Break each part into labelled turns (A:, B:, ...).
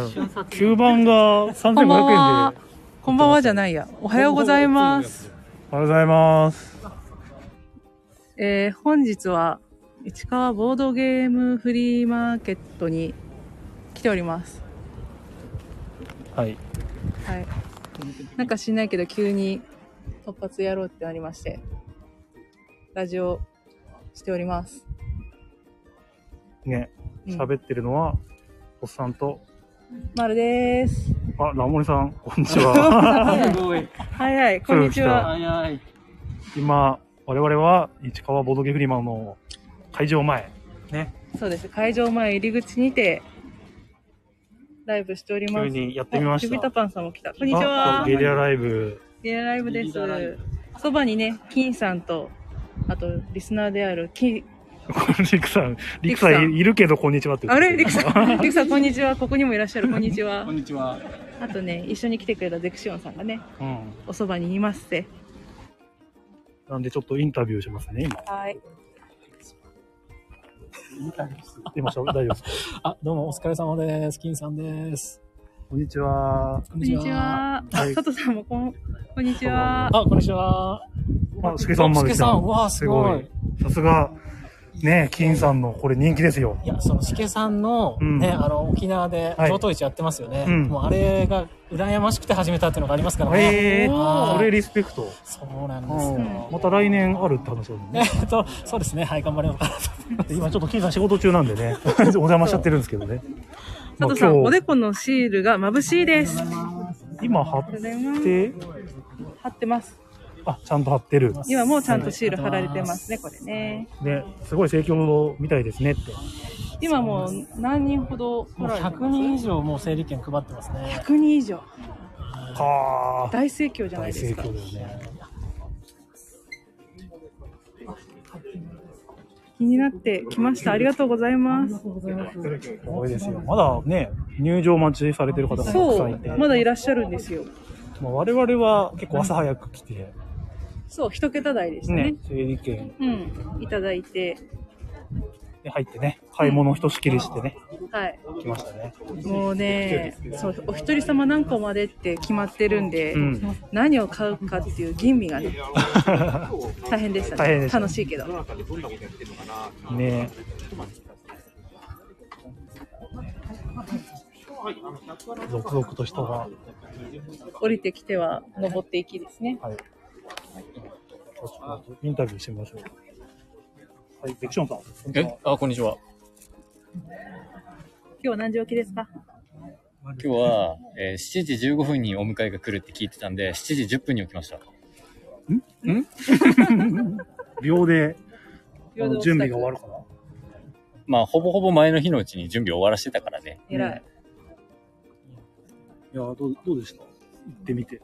A: 札
B: 吸盤が3500
C: こんばん
B: 円
C: は
B: で。
C: こんばんはじゃないや。おはようございます。
B: おはようございます
C: えー、本日は、市川ボードゲームフリーマーケットに来ております。
B: はい
C: はい。なんか知んないけど、急に突発やろうってなりまして、ラジオしております。
B: ね
C: うん
B: 喋ってるのはおっさんと
C: ま るです。
B: あラモリさんこんにち は
A: すごい
C: はいはい、こんにちは。
A: 早い
B: 今我々は市川ボードゲフリマの会場前ね
C: そうです。会場前入り口にて、ライブしておりま
B: 急
C: す。
B: にやってみまし
C: あビビ
B: た
C: タパンさんも来た。こんにち
B: あ
C: は。
B: ゲリラライブ
C: ゲリラライブで
A: ゲリ
C: す
A: ラライブ。
C: そばにね、金さんと、あと、リスナーである、金、
B: リクさんリク
C: リク
B: さ
C: さん
B: んいるけどこんにちはって言
C: あ
B: って
C: れリクさん、リクさん、こんにちは。ここにもいらっしゃる、こんにちは
A: こん。にちは
C: あとね、一緒に来てくれたゼクシオンさんがね、
B: うん
C: おそばにいますって。
B: なんでちょっとインタビューしますね今
C: はい。
B: 今しゃ大丈夫ですか
D: あ、どうもお疲れ様です。金さんです。
B: こんにちは
D: こ
C: こ
D: ん
C: んにち。は。あ、
B: はい
C: 佐藤さんもこん、こんにちは。
D: あ、こんにちは。
B: あスケさんまで来た
D: スケさん、わあ、すご
B: す
D: い。
B: さすがね金さんのこれ人気ですよ
D: いや、そのスケさんの、
B: うん
D: ね、あの、沖縄で
B: はい
D: 上等市やってますよね。
B: うん
D: もうあれが羨ましくて始めたっていうのがありますからね。
B: ええ
D: おー
B: それリスペクト
D: そうなんですよ。
B: うんまた来年あるって話だもん
D: え
B: ね。
D: っと、そうですね。はい、頑張りようかなと。
B: 今ちょっと金さん仕事中なんでね、 お邪魔しちゃってるんですけどね。まあ
C: 佐藤さん、お
B: 今
C: で
B: 日、
C: このシールが眩しいです。
B: 今貼って、
C: 貼ってます。
B: あ、ちゃんと貼ってる。
C: 今もうちゃんとシール貼られてますね、これね。
B: ね、すごい盛況みたいですねって。
C: 今もう何人ほど来
D: もう
C: られてます
D: 100人以上もう整理券配ってますね。
C: 100人以上。
B: はあ、
C: 大盛況じゃない
B: 大
C: で
B: 盛
C: すか。
B: 況だよね。
C: 気になってきました。ありがとうございます。
B: すごいですよ。まだね、入場待ちされてる方がたくさ
C: そ
B: んいて、
C: う、
B: ま
C: まだいらっしゃるんですよ。
B: あ、我々は結構朝早く来て、
C: そう、一桁台でしたね。
B: ね、整理券
C: うん、いただいて、
B: で入ってね、買い物ひとしきりしてね、
C: はい。
B: 来ましたね。
C: もうね、そう、お一人様何個までって決まってるんで、
B: うん
C: 何を買うかっていう吟味がね、大変でした
B: 大変
C: ね。
B: でした
C: 楽しいけど。
B: ね続々と人が、
C: 降りてきては登っていきですね。
B: はい。インタビューしてみましょう。はい、ベクションさん。こんにちは
E: え、あ、こんにちは。
C: 今日は何時起きですか
E: 今日は、えー7時15分にお迎えが来るって聞いてたんで、7時10分に起きました。
B: 秒で、あ
C: 平等
B: の準備が終わるかな
E: まあ、ほぼほぼ前の日のうちに準備終わらしてたからね。
C: 偉い。
B: いや、どう、どうでした行ってみて。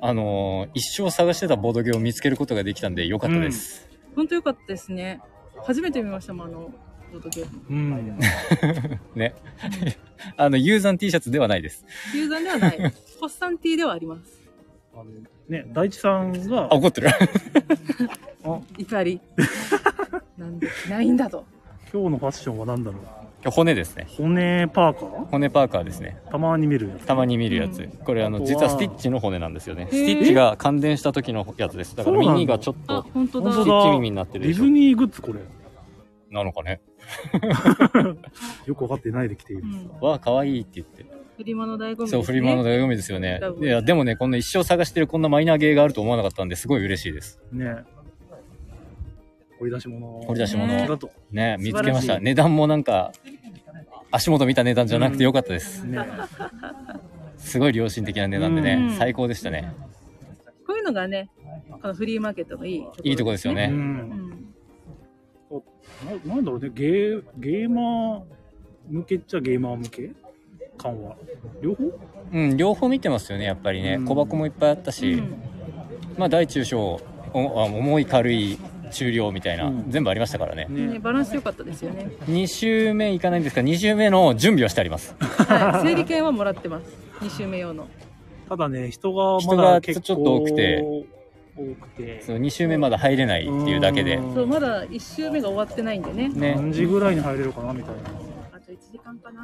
E: あのー一生探してたボードゲームを見つけることができたんで、よかったです。
C: 本当良かったですね。初めて見ましたもん、あの、ボードゲーム。
B: うん。
E: ね。 あの、ユーザン T シャツではないです。
C: ユーザーで はない。ホッサンティーではあります。
B: あの、ね、大地さんが
E: あ、、怒ってる。
C: 怒 り。なんで着ないんだと。
B: 今日のファッションは何だろう
E: 今日骨ですね。
B: 骨パーカー
E: 骨パーカーですね。
B: たまに見るやつ。
E: たまに見るやつ。
C: うん
E: これ、あの、
B: あとは
E: 実はスティッチの骨なんですよね。
C: へ
E: ス
C: ー
E: ティッチが感電した時のやつです。だから
B: そうなんだ
E: 耳がちょっ
C: あ
E: と、、
C: 本当だ。
E: スティッチ耳になって
B: デ
E: るで
B: ィ
E: し
B: ズ
E: ょ。
B: ニーグッズこれ。
E: なのかね。
B: よくわかってないで来ている
C: う。ん。
E: わあ、可愛いって言って。
C: フリマの醍醐味です、ね。
E: そう、フリマの醍醐味ですよね
C: 多。分
E: いや、でもね、こんな一生探してるこんなマイナーゲーがあると思わなかったんで、すごい嬉しいです。
B: ね。掘り出し物。
E: 掘り出し
C: 物
B: だと。
E: ね、
B: 素晴らしい
E: 見つけました。値段もなんか、足元見た値段じゃなくてよかったです。
B: ね。
E: すごい良心的な値段で
C: うん
E: ね、最高でしたね。
C: こういうのがね、このフリーマーケットのいいところ、
E: いいとこですよ
B: う。
E: ね。
C: うんん。
B: ななんだろうね、ゲー、ゲーマー向けっちゃゲーマー向け感は。両方
E: うん、両方見てますよね、やっぱりね
B: うん。
E: 小箱もいっぱいあった
C: う
E: し、
C: ん
E: まあ、大中小、おあ重い軽い、中量みたいな、
B: うん
E: 全部ありましたからね。
C: ね、バランス良かったですよ ね。
E: 2週目いかないんですが、2週目の準備はしてあります。
C: はい、整理券はもらってます。二週目用の。
B: ただね、人がま
E: 人
B: だ
E: が
B: 結構
E: ちょっと多くて。
B: 多くて。
E: その2週目まだ入れないっていうだけで。
B: ん
C: そう、まだ一週目が終わってないんでね。
E: ね。
B: 何時ぐらいに入れるかなみたいな。
C: あと1
F: 1時間かな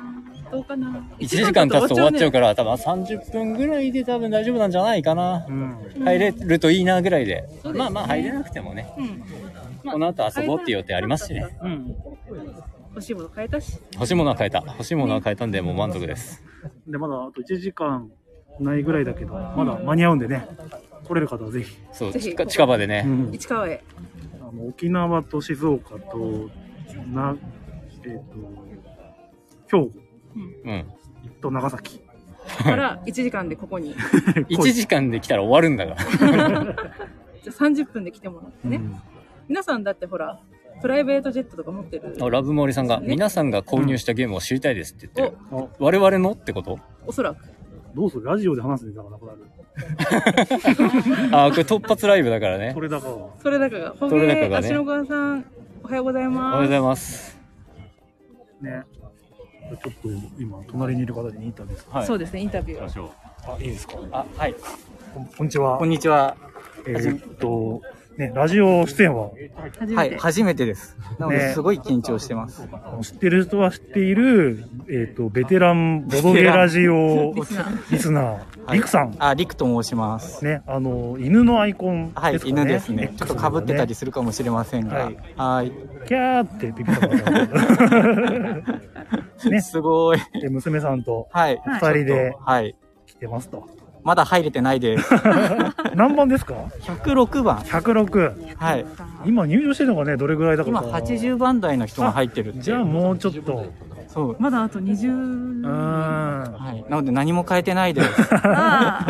F: どうかな
E: 1時間経つと終わっちゃう
C: か
E: から、多分30分ぐらいで多分大丈夫なんじゃないかな
B: う。ん。
E: 入れるといいなぐらいで。
F: そうですね
E: まあまあ入れなくてもね。
C: ら。うん。
E: この後遊ぼうっていう予定ありますしね。
B: うん。
F: 欲しいもの買えたし
E: 欲しいものは変えた。欲しいものは変えたんで、もう満足です。
B: で、まだあと1時間ないぐらいだけど、まだ間に合うんでね、来れる方はぜひ。
E: そう、
F: ぜひ
E: 近近場で
B: う
E: ね。
B: ん。
F: 市川へ
B: あの沖縄と静岡と、な、えっ、と、兵
E: うん。
B: 庫と長 崎。
F: から1時間でここにじゃ
E: 1時間で来たら終わるんだから。
F: あ30分で来てもらってね、
B: うん
F: 皆さんだってほらプライベートジェットとか持ってる
E: あ ラブモリさんが、
F: ね
E: 皆さんが購入したゲームを知りたいですって言ってる。
B: あ、
E: 我々のってこと
F: おそらく
B: どうするラジオで話すネタがなくなる。
E: あー、これ突発ライブだから ね
B: そ。れだから。
F: それだけがほ
E: それだけ
F: げ、
E: がね
F: 足の川さんおはようござい
E: おはよう
F: ま
E: ござい
F: す
E: ます。
B: ね。ちょっと今、隣にいる方にインタビューです。
E: はい。
C: そううですね、インタビューを。
B: あ、いいですか
E: あ、はい。
B: こんこんにちは
G: こん。にちは。
B: えーっと、ね、ラジオ出演は、
C: 初
G: は
C: め
G: い、
C: て。
G: 初めてです。なの
B: ね
G: で、すごい緊張してます。
B: あの知ってる人は知っている、えーっと、ベテランボドゲラジオ
C: リスナー
B: リスナー、
G: はい
B: リクさん。
G: あ、リクと申します。
B: ね、あの、犬のアイコンですか
G: は
B: ね。
G: い、犬ですね。ちょ
B: X
G: っと被ってたり
B: の
G: するかもしれません
B: は
G: が
B: い。
G: はい。
B: ね。キャーってピピタパ タね、
G: すごい。
B: で、娘さんと
G: はい。
B: 二人で
G: はい。
B: 来てますと。
G: まだ入れてな いです。
B: 何番ですか
G: 106番。
B: ?106。
G: はい。
B: 今入場してるのがね、どれぐらいだか
G: 今、
B: ら。
G: 80番台の人が入ってるっていう
B: じゃあもうちょっと。
G: そう。
C: まだあと
B: うー
C: 20。
B: ん。
G: はい。なので、何も変えてないです。
C: あ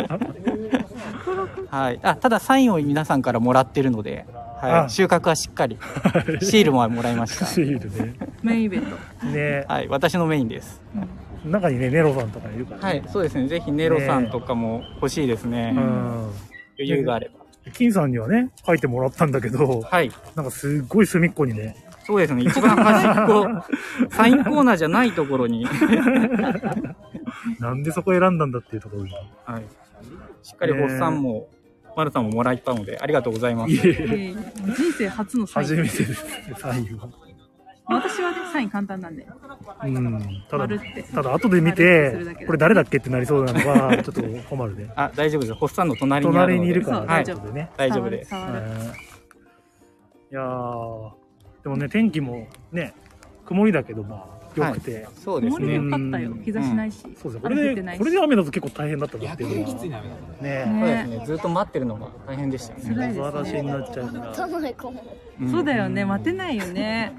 C: あ。
G: はい。あ、ただ、サインを皆さんからもらってるので、は
B: あ
G: い。収穫はしっ かり。シールももらいました。
B: シールね。
C: メインイベント。
B: ね、
G: はい。私のメインです。
B: 中にね、ネロさんとかいるから。
G: はい、そうですね。ぜひネロさんとかも欲しいですね。
B: う
G: 余
B: ん。
G: 裕があれば。
B: 金さんにはね、書いてもらったんだけど、
G: はい。
B: なんかすっごい隅っこにね、
G: そうですね。一番 端っこ、サインコーナーじゃないところに、
B: なんでそこ選んだんだっていうところに。
G: はい。しっかりホッさんも、マルさんももらったので、ありがとうございま
B: い
G: す。
B: えいえ
C: ええ人生初のサイ
B: 初
C: ン。
B: めてですね、サインは。
C: 私はね、サイン簡単なんで。
B: うん。ただ
C: 丸って、
B: ただ後で見
C: 丸ってするだ
B: て
C: け、だ
B: これ誰だっけってなりそうなのは、ちょっと困るね。
G: あ、大丈夫です。ホッさんの隣にあ
B: 隣
G: るので。
B: にいるから、
G: はい
B: ちょ。っとね。
G: 大丈夫です。
C: 触る。触る
B: いやーでもね、天気もね、曇りだけど、まあ、良くて。
G: そうです
C: 曇りで
G: ね。
C: よかったよ。日差しないし。
B: そうですね、こ
C: 雨降
B: れ
C: って
B: で
C: な、い
B: こ
C: し
B: れ。で雨だと結構大変だったなっていうのは。ね
G: そうで
C: ね
G: すね。ずっと待ってるのが大変でしたよね。
C: 辛い
B: ざ
C: で
B: ら
C: す
B: しに
C: ね。
B: なっちゃうから。
G: ん
C: そうだよね。待てないよね。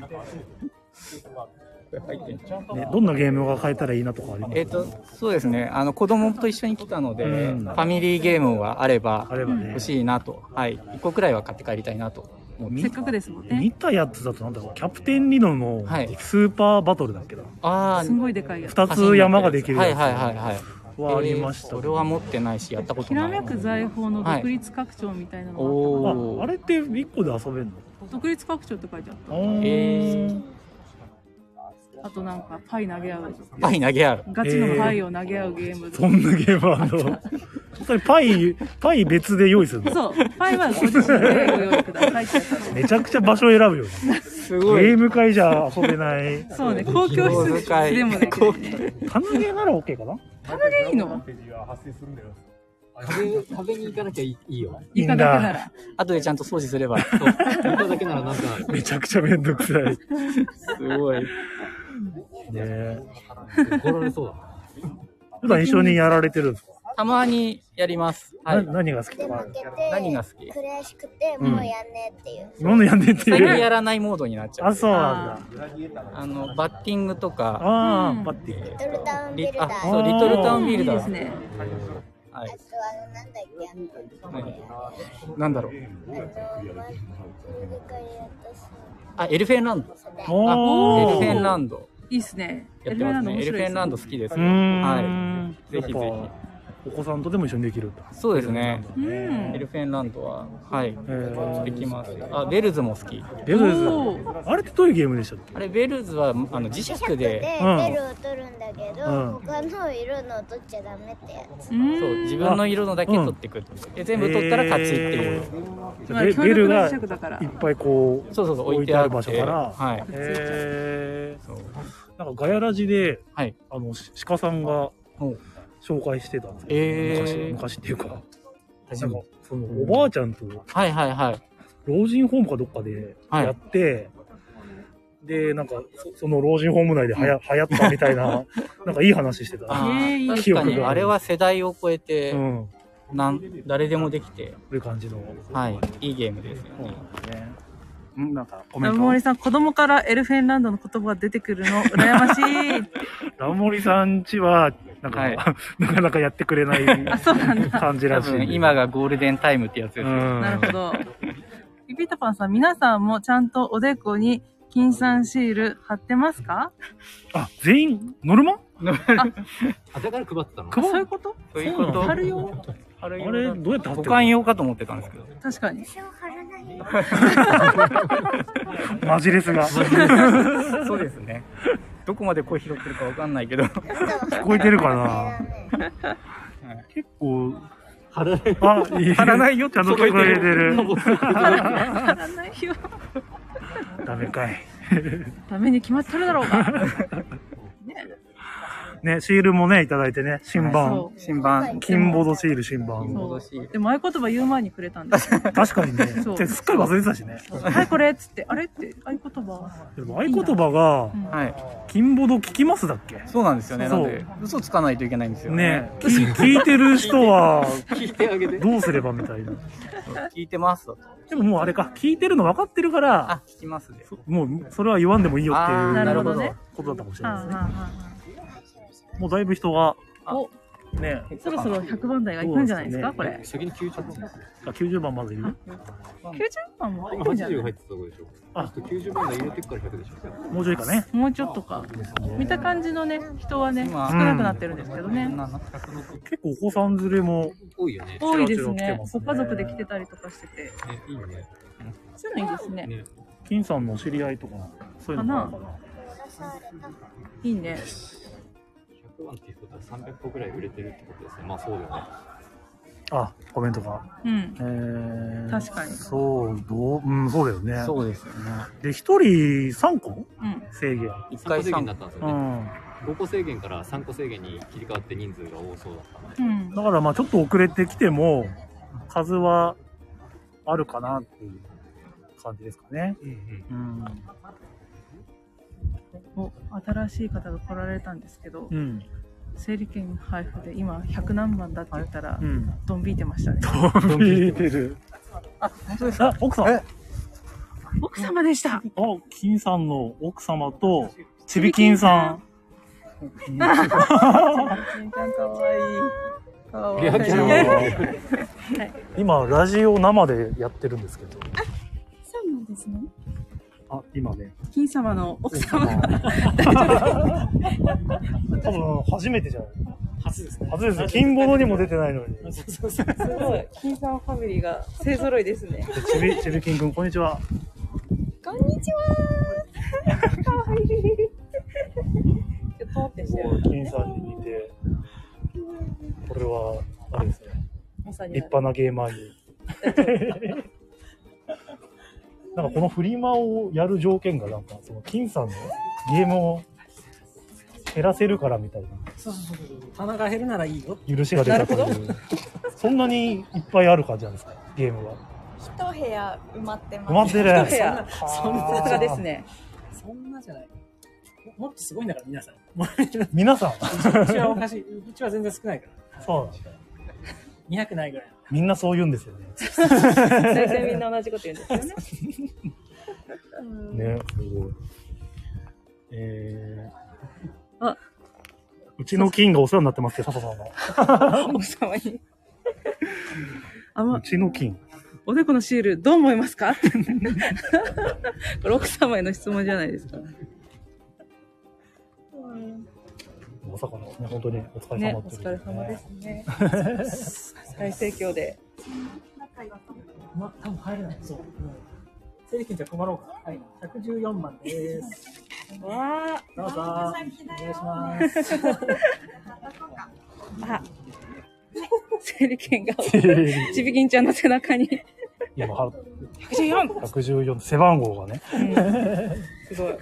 B: ね、どんなゲームが変えたらいいなとかあります
G: えっ、と、そうですね。あの、子供と一緒に来たので、
B: うん
G: ファミリーゲームはあれば
B: あ、ればね
G: 欲、しいなと。はい。1個くらいは買って帰りたいなと思って。
C: せっかくですもんね
B: 見。たやつだとなんだろう、キャプテンリノの
G: はい
B: スーパーバトルだっけな。
G: あ
C: すごいでかいやつ。
B: 二つ山ができる
G: は
B: や
G: い
B: つ
G: はいはいはい。
B: はありました
G: えー。俺は持ってないし、やったこと
C: ひ
G: ない。
C: らめく財宝の独立拡張みたいなのがあったかな
G: お
B: あ、あれって一個で遊べるの
C: 独立拡張って書いてあっ
B: あー
G: えー、
C: た。あとなんか、パイ投げ合う。
G: パイ投げある。
C: ガチのパイを投げ合うゲーム
B: そんなゲームあんのそれパイ、パイ別で用意するの
C: そう。パイはご自身でご用意くださいってやつ
B: めちゃくちゃ場所選ぶよね。
G: す
B: ゲ
G: ごい。
B: ーム会じゃ遊べない。
C: そうね、公共施設でもできるね。
B: タヌゲなら OK かない
C: いの
H: 壁壁に行かなきゃいいいいよ。
C: いいかだけなら。
G: 後でちゃんと掃除す れば。
H: 床だけならなんか、
B: めちゃくちゃめんどくさい。ね
G: すごい。
B: え
H: 怒られそうだな。
B: 普段一緒にやられてるんですか、
G: たまにやります。はい
B: な。何が好きとかある
I: 負けて
G: 何が好き
I: 悔しくてもうやんねえっていう、
B: 今のやんねんって
G: 最近
B: いう。
G: やらないモードになっちゃ
B: あ、
G: う。
B: そうなんだ。
G: あの、バッティングとか、
B: あ
C: う
B: あ、
C: ん
B: パッティング。
I: リトルタウンビ
G: リ
I: ルダ
G: あ、
I: ー
G: そう、リトルタウンビル
C: いい
G: ダ
C: です
G: ー。
C: ね。
G: は
I: あ
G: い。
I: とあのなんだっけあの
G: なんだろう。
I: あのまアメリカにやったし
G: あ、エルフェンランド。あ、エル
B: お
G: フ
B: ー。
G: ェンランド。
C: いいっすね。
G: やってますね。エ
C: エル
G: ルフ
C: フ
G: ェ
C: ェ
G: ン
C: ン
G: ラ
C: ラ
G: ン
C: ン
G: ド
C: ド
G: 好きです。
B: うーん。
G: はい。ぜひぜ
B: やっ
G: ひ。
B: ぱお子さんとでも一緒にできるんだ。
G: そうですね。
C: 面白い
G: エ
C: で
G: ルフェンランドは、はい。
B: えー
G: できます。あ、ベルズも好き。
B: ベルズ
C: お。
B: あれってどういうゲームでしたっけ
G: あれ、ベルズは、あの、磁石
I: で
G: で、
B: うん
I: ベルを取るんだけど、
B: うん
I: 他の色のを取っちゃダメってやつ
C: すね。
G: そう、
C: うん
G: 自分の色のだけ取っていく。で、全部取ったら勝ちっていう。
B: じゃ
C: ま
B: あ
C: あ
B: ベ
C: 強
B: ベル
C: 力な
B: が
C: 磁石だから
B: いっぱいこう
G: そうそうそう、
B: 置
G: 置
B: い
G: い
B: て
G: て
B: あ
G: あ
B: る
G: る
B: 場所から
G: はい。
B: へ
G: そう
B: なんかガヤラジで、
G: はい
B: あのし鹿さんが
G: うん
B: 紹介してたんですよ、
G: えー
B: 昔昔っていうか
G: 大
B: な
G: 丈
B: んか
G: 夫
B: そのおばあちゃんと
G: はいはいはい。
B: 老人ホームかどっかで
G: はい
B: やって、でなんかそその老人ホーム内ではや、流行ったみたい ななんかいい話してた、
G: あー
B: いい
G: 確か
B: 記憶
G: に、
B: が
G: あれは世代を超えて、
B: うん、
G: なん誰でもできて、
B: という感じの、
G: はい、いいゲームですよね。
B: うんなんかコメン
C: 山
B: ト
C: 森さん、子供からエルフェンランドの言葉が出てくる の、羨ましい。
B: ラモリさんちはなんか、
G: はい
B: なかなかやってくれない
C: あ、そうなんだ。
B: 感じ
G: 多
B: らしいんで
G: 分今がゴールデンタイムってやつです
B: う
G: よ
B: ん
G: ね。
C: なるほど。ピピタパンさん、皆さんもちゃんとおでこに金さんシール貼ってますか
B: あ全員ノルマ
E: あ、だから配ってたの
C: あそういうこと
G: そういうこと。
C: 貼るよ。
G: あ
B: あれどうやって貼って
G: 保
B: る
G: 管用かと思ってたんです けど。
C: 確かに。
I: 私は貼らないよ。
B: マジレスが
G: そうですね。どこまで声拾ってるかわかんない けど。
I: 聞
B: こえてるかな結構あいい
G: 貼らないよって
B: ちゃんと聞こえてる
C: 貼らないよ。
B: ダメかい
C: ダメに決まってるだろうが。
B: ねシールもねいただいてね新版
C: そ
G: 新版。
B: 金ボードシール新版
G: 戻し。
C: う。でも合言葉言う前にくれた んですよ。
B: 確かにね
C: そう
B: じゃあすっかり忘れてたしね
C: はい、これっつって、あれって合言葉。
B: でも合言葉が
C: うん
G: はい。
B: 金ボード聞きますだっけ
G: そうなんですよね。な
B: そうん
G: で、嘘つかないといけないんですよ
B: ね
G: ね。
B: 聞聞いてる人は
E: 聞いてあげて。
B: どうすればみたいな
G: 聞いてますだと。
B: でももうあれか聞いてるの分かってるから
G: あ、聞きますで。
B: そもうそれは言わんでもいいよってい
G: あー
B: う
C: なるほどね
B: ことだったかもしれ
C: は
B: な
C: あ
B: いですね
C: はあは
B: もうだいぶ人が
G: あ
C: お
B: ね
C: あそろそろ100番台が行くんじゃないですか、
B: そ
C: こ
B: うで
C: れ。
E: 先に90番。
B: あ90番までいる
C: 90番も
E: 今
C: 行くんじゃない
E: 80入ってたとこでしょ。
B: あ
E: あと90番台入れてっから100でしょ。
B: もうちょいかね
C: もうちょっとか。見た感じのね、人はね、少
G: 今
C: なくなってるんですけどね。
B: 結構お子さん連れも
E: 多いよね。
C: 多いです
B: ちらちら来て
C: ね
B: ま。す
C: ご
B: ね
C: 家族で来てたりとかしてて。
E: ね、いいね。
C: そういうのいいですね。
E: ね。
B: 金さんのお知り合いとかそういうのかな
C: いいね。
E: 100万っていうことは300個ぐらい売れてるってことですね。まあそうだよね。
B: あコメントが
C: うん。
B: えー、
C: 確かに
B: そうどううんそうだよね
G: そうですよね。
B: で一人三個
C: うん。
B: 制限
G: 一
E: 3個
G: 回
E: 制限に
G: 三
E: なったんです
B: う
E: よね。
B: ん
E: 5個制限から3個制限に切り替わって人数が多そうだったんで。
C: うん。
B: だからまあちょっと遅れてきても数はあるかなっていう感じですかね
E: うんうん。
B: うん
C: お新しい方が来られたんですけど、
B: うん
C: 整理券配布で今100何番だって言ったら
B: う、ん
C: ドン引いてましたね。
B: 見えてる
G: 本当ですか
B: あ奥さんあ
C: 奥様でした
B: 金さんの奥様 とちびきんさ
C: かわいい。かわいい。
B: ん今ラジオ生でやってるんですけ ど
I: そうなんですね。
B: あ今ね
C: 金様の奥様。
B: 多分初めてじゃない
D: 初ですね。
B: 初ですよ。金ボードにも出てないのに。
D: そうそうそう
C: すごい。金様ファミリーが勢揃いですね。
B: ちび、ちびきんくん、こんにちは。
I: こんにちは。かわいい。
C: ちょっと待ってして
B: も
C: る
B: う、。金さんに似て、これは、あれですね、
C: まさに
B: 立。派なゲーマーに。 なんかこのフリマをやる条件が、なんか、その、金さんのゲームを減らせるからみたいな、
D: そうそうそう。棚が減るならいいよ。
B: 許しが出たという。そんなにいっぱいある感じなんですか、ゲームは。
J: 一部屋埋まってます。
B: 埋まってる。
C: 一部屋。
D: そんな
C: さすがですね。
D: そんなじゃない。ももっとすごいんだから、皆さん。う
B: 皆さん、
D: ちはおかしい。うちは全然少ないから。
B: そう、
D: 200ないぐらい。
B: みんなそう言うんですよね。
C: 全然みんな同じこと言うんですよね。
B: ね、すごい。えー、
C: あ
B: うちの金がお世話になってますけど、佐藤さんは。
C: 奥様に。あま
B: う、ちの金。
C: おでこのシールどう思いますか ってこれ奥様への質問じゃないですか。
B: まさかの、ね、本当にお疲れ
C: ね、
B: 様
C: お
B: っていう、
C: 疲れ様ですね。大盛況で。
D: ま、多分入れない。そう。整理券じゃ困ろうか。はい。114番です。
C: わ
D: どうぞ。お願いします。
C: あ、あ、整理券が、 ちびきんちゃんの背中に。
B: 今、は
C: 114!
B: 114、背番号がね。
C: すごい。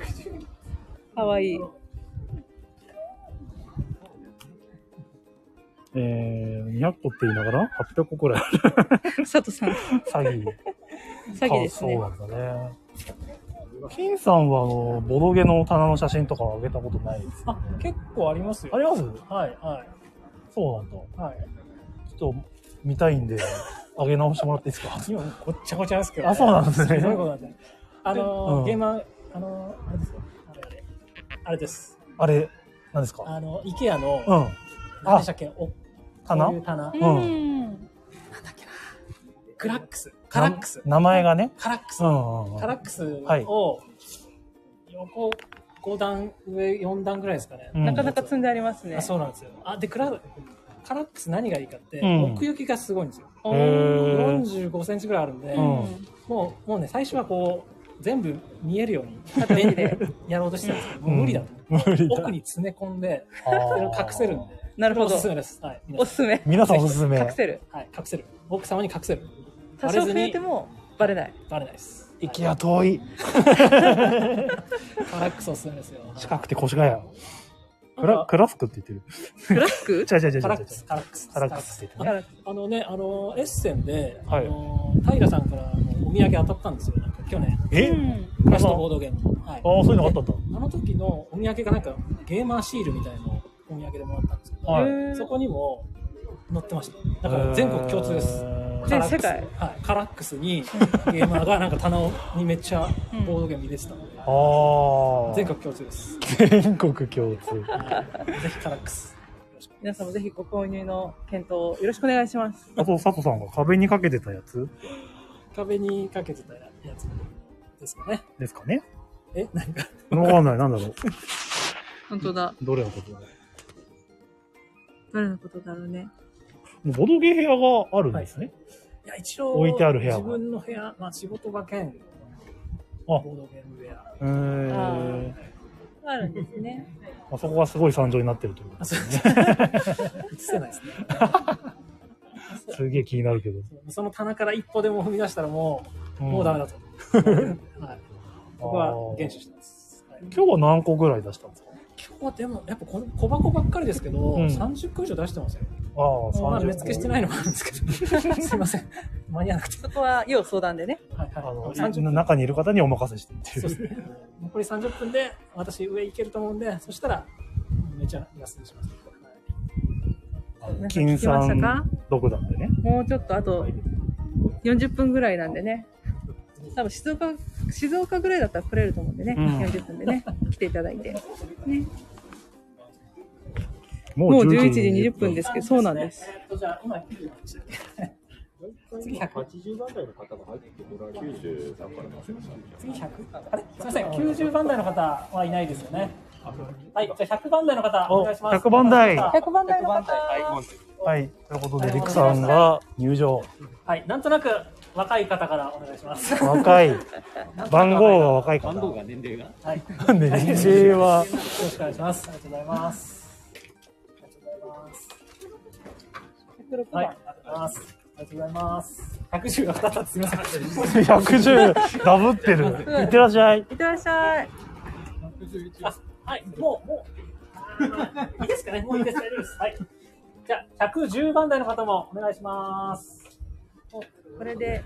C: かわいい。
B: えー、200個って言いながら800個くらい
C: 佐藤さん、
B: 詐欺。
C: 詐欺ですね
B: あ。そうなんだね。金さんは、あの、ボドゲの棚の写真とかは上げたことないです、
D: あ、結構ありますよ。
B: あります
D: はい、は
B: そうなんだ。
D: い、はい。
B: ちょっと見たいんで、 上げ直してもらっていいですか
D: 今、ごっちゃごちゃですけど、
B: あそうなんですね
D: すごいことなんで。あのー、
B: うん
D: ゲーマー、あのー、あれですよ。あれあれ。あれです。
B: あれ、何ですか
D: あの、IKEA の、
B: うん。
D: 何でしたっけお
B: 棚
D: こういう棚。
B: うん
C: うん。
D: クラックス。カラックス。
B: 名前がね。
D: カラックス
B: う。んうんうん。
D: カラックスを、横5段、上4段ぐらいですかね。
B: うん
C: なかなか積んでありますね
D: あ。そうなんですよ。あ、で、クラ、カラックス何がいいかって、
B: うん
D: 奥行きがすごいんですよ。
B: へー
D: 45センチぐらいあるんで、
B: う
D: も
B: ん。
D: う、もうね、最初はこう、全部見えるように
C: 縦置 きで。
D: やろうとしてたんですけど、
B: ん
D: もう無理だと。
B: 無理だ
D: 奥に詰め込んで、
B: あ
D: それを
B: ー
D: 隠せるんで。
C: なるほ
D: お
C: ど
D: す。すめです。はい。皆
C: お
D: さ
C: すすめ。
B: 皆さんおすすめ。
C: 隠せる。
D: んはい、隠せる。奥様に隠せる。
C: 多少増えてもバレない。
D: バレないです。
B: 行きは遠い。
D: はいカラックスおすすめですよ。はい
B: 近くて越谷。クラ、クラスクって言ってる。
C: フラッ グ
B: 違う違う違う違う違う。
D: カラックス、カラックス。
B: カラックスって言って
C: あら
D: あのね、あの、エッセンで、あ
B: はい
D: の、平さんからあのお土産当たったんですよ、なんか去年。
B: え
C: うん
D: クラスとボードゲーム。はい。
B: ああ、そういうのがあったんだ。
D: あの時のお土産がなんか、ゲーマーシールみたいなのをお土産でもらったんですけど、
B: はい
D: そこにも載ってました。だから全国共通です。
B: へ
D: カラックス
C: 全世界
D: はい。カラックスに、ゲーマーがなんか棚にめっちゃ
C: うん
D: ボードゲーム入れてたの
B: ー。
D: で、
B: ああ。
D: 全国共通です。
B: 全国共通。
D: ぜひカラックス。
C: 皆さんもぜひご購入の検討をよろしくお願いします。
B: あと、佐藤さんが壁にかけてたやつ
D: 壁にかけてたやつですかね。
B: ですかね
D: え、何か。
B: わかんない。なんだろう。
C: 本当だ。
B: どれのことだろ
C: 誰のことだろうね。
B: う。もうボドゲ部屋があるんですね。
D: いや、一応、
B: 置いてある部屋が
D: 自分の部屋、まあ仕事場
B: あ
D: 兼、ボードゲーム部屋。
B: えー。
C: あるんですね。
B: あそこがすごい惨状になってるという
D: あ、そうですね。映せないですね。
B: すげえ気になるけど。
D: その棚から一歩でも踏み出したらもう、もうダメだ
B: と。
D: と。はい。僕は厳守
B: 今
D: してます。はい
B: 日は何個ぐらい出したんですか
D: 今日はでも、やっぱこの小箱ばっかりですけど、
B: ん
D: 30個以上出してますよ。
B: ああ、30個。
D: まあ、目付けしてないのもあるんですけ ど、すいません。間に合わなくて。
C: そこは要相談でね。
D: はいはい。
B: あの、
D: 30分
B: 中にいる方にお任せしてって
D: そう
B: い
D: です
B: う。
D: ね。残り30分で、私上行けると思うんで、そしたら、めちゃ安くします。はい
C: 皆さん聞
B: 金
C: きましたか
B: 産独断でね。
C: もうちょっとあと40分ぐらいなんでね。多分静岡、静岡ぐらいだったら来れると思うんでね。
B: うん
C: 40分で ね。来ていただいて。ね。
B: も
C: もう11時20分ですけど、そうなんです。
D: えっと、じゃあ、今、90なんでしたっけ次100。
E: 80番台の方が入ってこられ93から出せました
D: 次100。あれすみません、90番台の方はいないですよね。はい、じゃあ100番台の方、お願いします。
B: 100番台
K: 100番台の方
B: はい。ということで、りくさんが入場。
D: はい、なんとなく若い方からお願いします。
B: 若い。 番号が若い方。
E: 番号が年齢が
D: はい、よ
B: なんで、年齢は。
D: ろしくお願いします。ありがとうございます。ありがとうございます。はい、ありがとうございます。ありがとうございます。110が2つあってすみません。
B: 110、ダブってる。いってらっしゃい。
C: いってらっしゃい。
D: はい、もう、もう、いいですかね、もういいです、大丈夫です。はい。じゃあ、110番台の方もお願いします。
C: これで、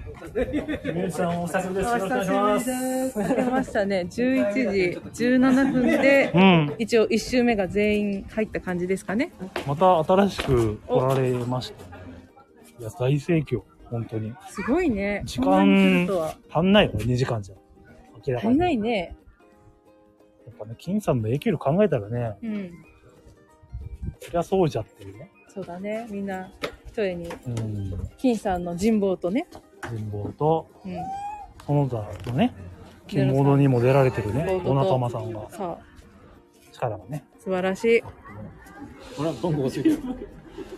D: ゆうじさん、お久しぶり
C: お
D: です。よろ
C: 久し
D: しくお願いし
C: ぶ
D: ま
C: り
D: す。
C: です。かけましたね。11時17分で
B: う、ん。
C: 一応1周目が全員入った感じですかね。
B: また新しく来られました。いや、大盛況。本当に。
C: すごいね。
B: 時間
C: こんなに来るとは
B: 足んないこれ2時間じゃ。明ら
C: 足
B: か
C: り
B: に。
C: な
B: や
C: いね。
B: っぱね、金さんの影響力考えたらね、
C: うん。
B: そりゃそうじゃっていうね。
C: そうだね。みんな、一重に、
B: うん。
C: 金さんの人望とね。
B: 人望と、
C: うん。
B: その他のね、金物にも出られてるね、
C: そう
B: お仲間さんが、
C: さあ、
B: 力がね。
C: 素晴らしい。
E: ほら番号教えてよ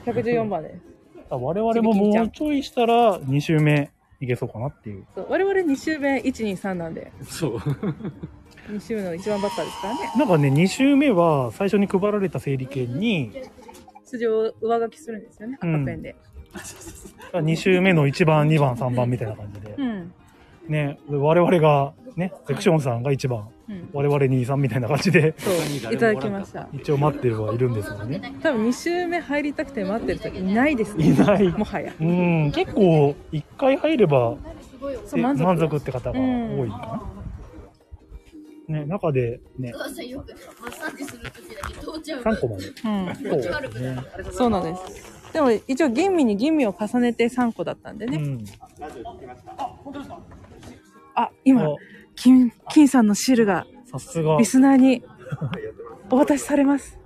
C: 114番です。
B: 我々ももうちょいしたら2周目いけそうかなっていう。
C: そう我々2周目123なんで、
E: そう
C: 2周目の一番バッターですからね。
B: なんかね、2周目は最初に配られた整理券に、
C: 出場を上書きするんですよね。
B: うん
C: 赤ペンで。
B: 2周目の1番、2番、3番みたいな感じで
C: う、ん。
B: ね、我々がね、セクションさんが一番、
C: うん
B: 我々にさんみたいな感じで、
C: そういただきました
B: 一応待ってるはいるんですよね。
C: 多分2周目入りたくて待ってる人いないですね
B: いない。
C: もはや
B: うん、結構、一回入れば、
C: そう満足
B: 満足って方が多いかな。ね、中でね、
L: よくマッサージするときだけ通っちゃう
B: 3個まで。
C: う
B: そう
C: ん
B: ね。
C: そうなんですでも一応吟味に吟味を重ねて3個だったんで
B: う
C: ね、
B: ん。
C: あ今
B: あ
C: 金金さんのシールが
B: さすが
C: リ、スナーにお渡しされます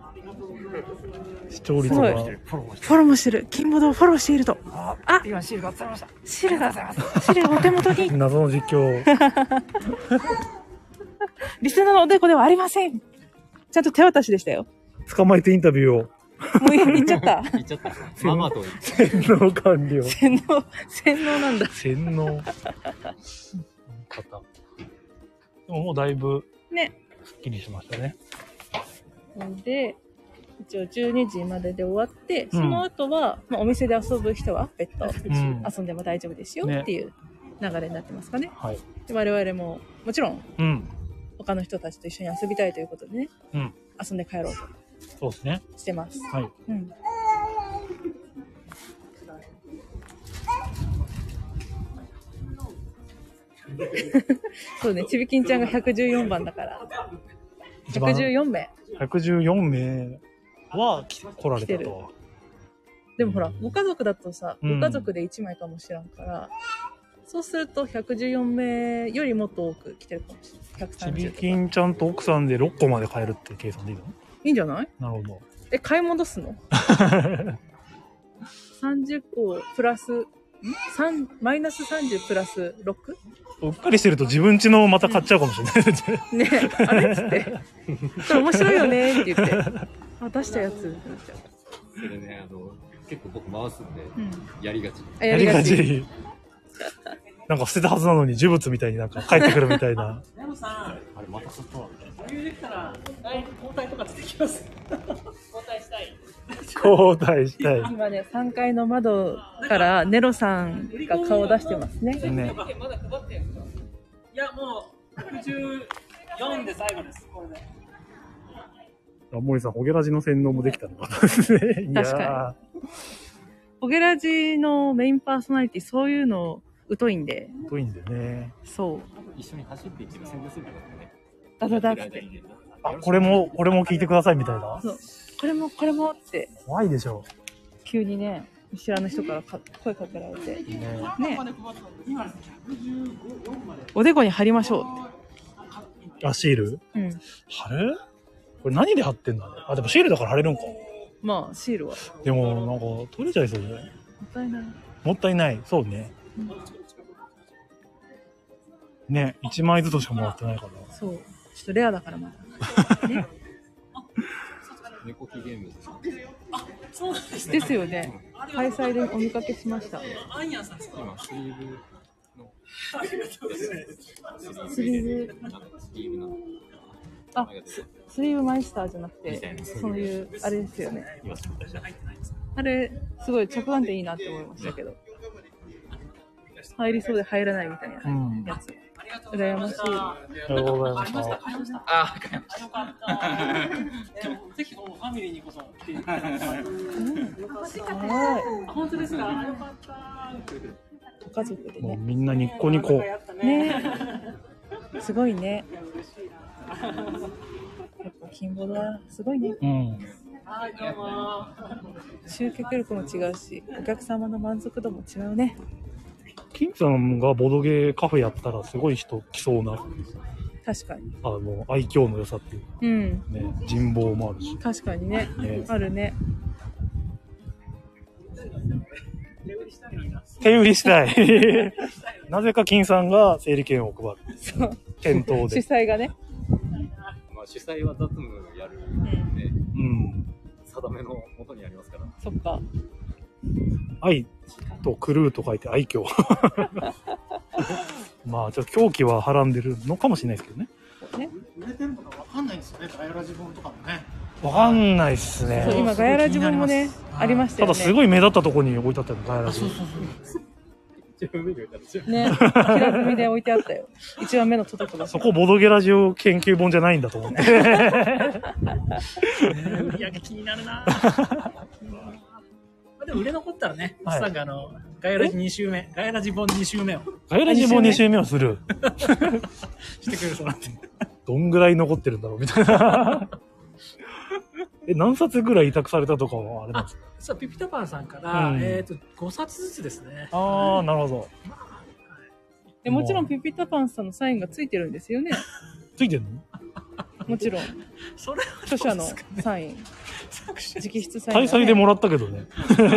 B: 視聴率
C: そ
B: が
C: う。フォローもしてる金ボードをフォローしているとあ
D: 今シールが伝わりました。
C: シールがシールがお手元に
B: 謎の実況。
C: リスナーのおでこではありませんちゃんと手渡しでしたよ
B: 捕まえてインタビューを。
C: もう言っちゃった
E: 言っちゃった。ママと言っ
B: 洗 脳完了。
C: 洗脳洗脳なんだ
B: 洗脳。方。でももうだいぶ、
C: ね。
B: すっきりしましたね。
C: で一応12時までで終わって
B: うん
C: その後は、まあ、お店で遊ぶ人は別途
B: うん。
C: 遊んでも大丈夫ですよ
B: ね
C: っていう流れになってますかね
B: はい。
C: で我々ももちろん
B: うん。
C: 他の人たちと一緒に遊びたいということでね、
B: うん
C: 遊んで帰ろうと
B: そうですね。
C: してます、
B: はい。
C: うん、そうねちびきんちゃんが114番だから
B: 一番
C: 114名
B: 114名は来来られたと。
C: でもほら、ご家族だとさ、
B: うん
C: ご家族で1枚かもしらんから、そうすると114名よりもっと多く来てるかもしれない。
B: ちび
C: 130とか。
B: きんちゃんと奥さんで6個まで買えるって計算でいいの
C: いいんじゃない
B: なるほ
C: え、買い戻す の ?30 個プラス、ん三マイナス30プラス 6?
B: ど。うっかりしてると自分家のまた買っちゃうかもしれない。
C: ねえ、あれっつって。それ面白いよねって言って。あ、出したやつってなっちゃう。
E: それね、あの、結構僕回すんで、
C: うん。
E: やりがち。
C: あ
B: やりが。
C: や
B: ち。なんか捨てたはずなのに呪物みたいになんか帰ってくるみたいな。
E: あれ、また買ったわみたいな。
D: 余裕できたら、来交代とかってできます。交代したい。
B: 交代 したい。
C: 今ね、3階の窓からネロさんが顔を出してますね。
B: ね。
D: まだ配ってるんですかいや、もう、114で最後です。これで。
B: あ森さん、ホゲラジの洗脳もできたのかですね。いやー
C: 確かオゲラジのメインパーソナリティ、そういうの疎いんで、
B: 遠いんでね。
C: そう。
E: 一緒に走っていって宣伝すればよかったね。
C: ダダダって。
B: あ、これも、これも聞いてくださいみたいな。
C: そう。これも、これもって、
B: 怖いでしょ。
C: 急にね、見知らぬ人からか声かけられて、ね
B: ね、
C: おでこに貼りましょう
B: あ、シール
C: って。うん。
B: 貼るこれ何で貼ってんだね。あ、でもシールだから貼れるんか。
C: まあ、シールは。
B: でも、なんか、取れちゃいそうね。
C: もったいない。
B: もったいない。そうね。ね、1枚ずつしかもらってないから。
C: そう。ちょっとレアだからまだ。
E: 猫機ゲームです。
C: ですよね。開催でお見かけしました。
E: 今、スリーブの。
C: スリーブ、
E: なんかスリーブの。
C: あ、ススリーブマイスターじゃなく
E: みたい
C: て、
E: な
C: そういう、あれですよね。
E: 今、そう
C: あれ、すごい着眼点いいなって思いましたけど。入りそうで入らないみたいな。
B: うん。
C: やつ。羨ましい。
B: ありがとうございました。
D: 買いました。
G: あー、
D: あよかった。でもぜひ、もうファミリーにこそ来ていただきたい。あ本当ですか。あよかった。
C: ご家族で
B: もう
C: ね。
B: みんなニッコニコ。
D: やったね。
C: ねえ。すごいね。やっぱ金ボドはすごいね。
B: うん。
D: はい、どうも。
C: 集客力も違うし、お客様の満足度も違うね。
B: 金さんがボドゲーカフェやったらすごい人来そうな、
C: 確かに。
B: あの、愛嬌の良さっていう
C: うん。
B: ね、人望もあるし。
C: 確かにね。
B: ね
C: あるね。
B: 手売りしたい。 なぜか金さんが整理券を配る。
C: そう。
B: 店頭
C: 主
B: で。
C: 催がね。
E: まあ、主催は雑務やる
C: うんん。
E: で、
B: うん。
E: 定めのもとにありますから。
C: そっか。
B: 愛とクルーと書いて愛嬌。 まあ、ちょっと狂気ははらんでるのかもしれないですけどね。
C: そうね。
B: わかんないっす
C: そう、
B: ね。
C: 今、ガヤラジボンもね、ありました
B: た
C: よ
B: だ
C: ね。
B: すごい目立ったところに置いてあったの、ガヤラジ。
E: 一自分で言うたら自分
C: ね、平積みで置いてあったよ。一番目の届く場所。
B: そこボドゲラジオ研究本じゃないんだと思って。
D: 売り上げ気になるなまあ でも売れ残ったらね、
B: はい
D: さんがあの、ガイラジ2週目、ガイラジ本2 週目を
B: ガイラジも2週目をする。
D: してくれるそうなんで。
B: どんぐらい残ってるんだろうみたいな。 え、何冊ぐらい委託されたとかはあれなんですか
D: そう、ピピタパンさんから、
B: うん
D: えっ、と、5冊ずつですね。
B: ああ、なるほど。
C: でもちろんピピタパンさんのサインがついてるんですよ ね。
B: ついてんの
C: もちろん。
D: それは
C: 著者の
D: どうですか
C: サイン。
D: 作者
C: 直筆サイン、
B: 大祭で。もらったけどね。
D: あー確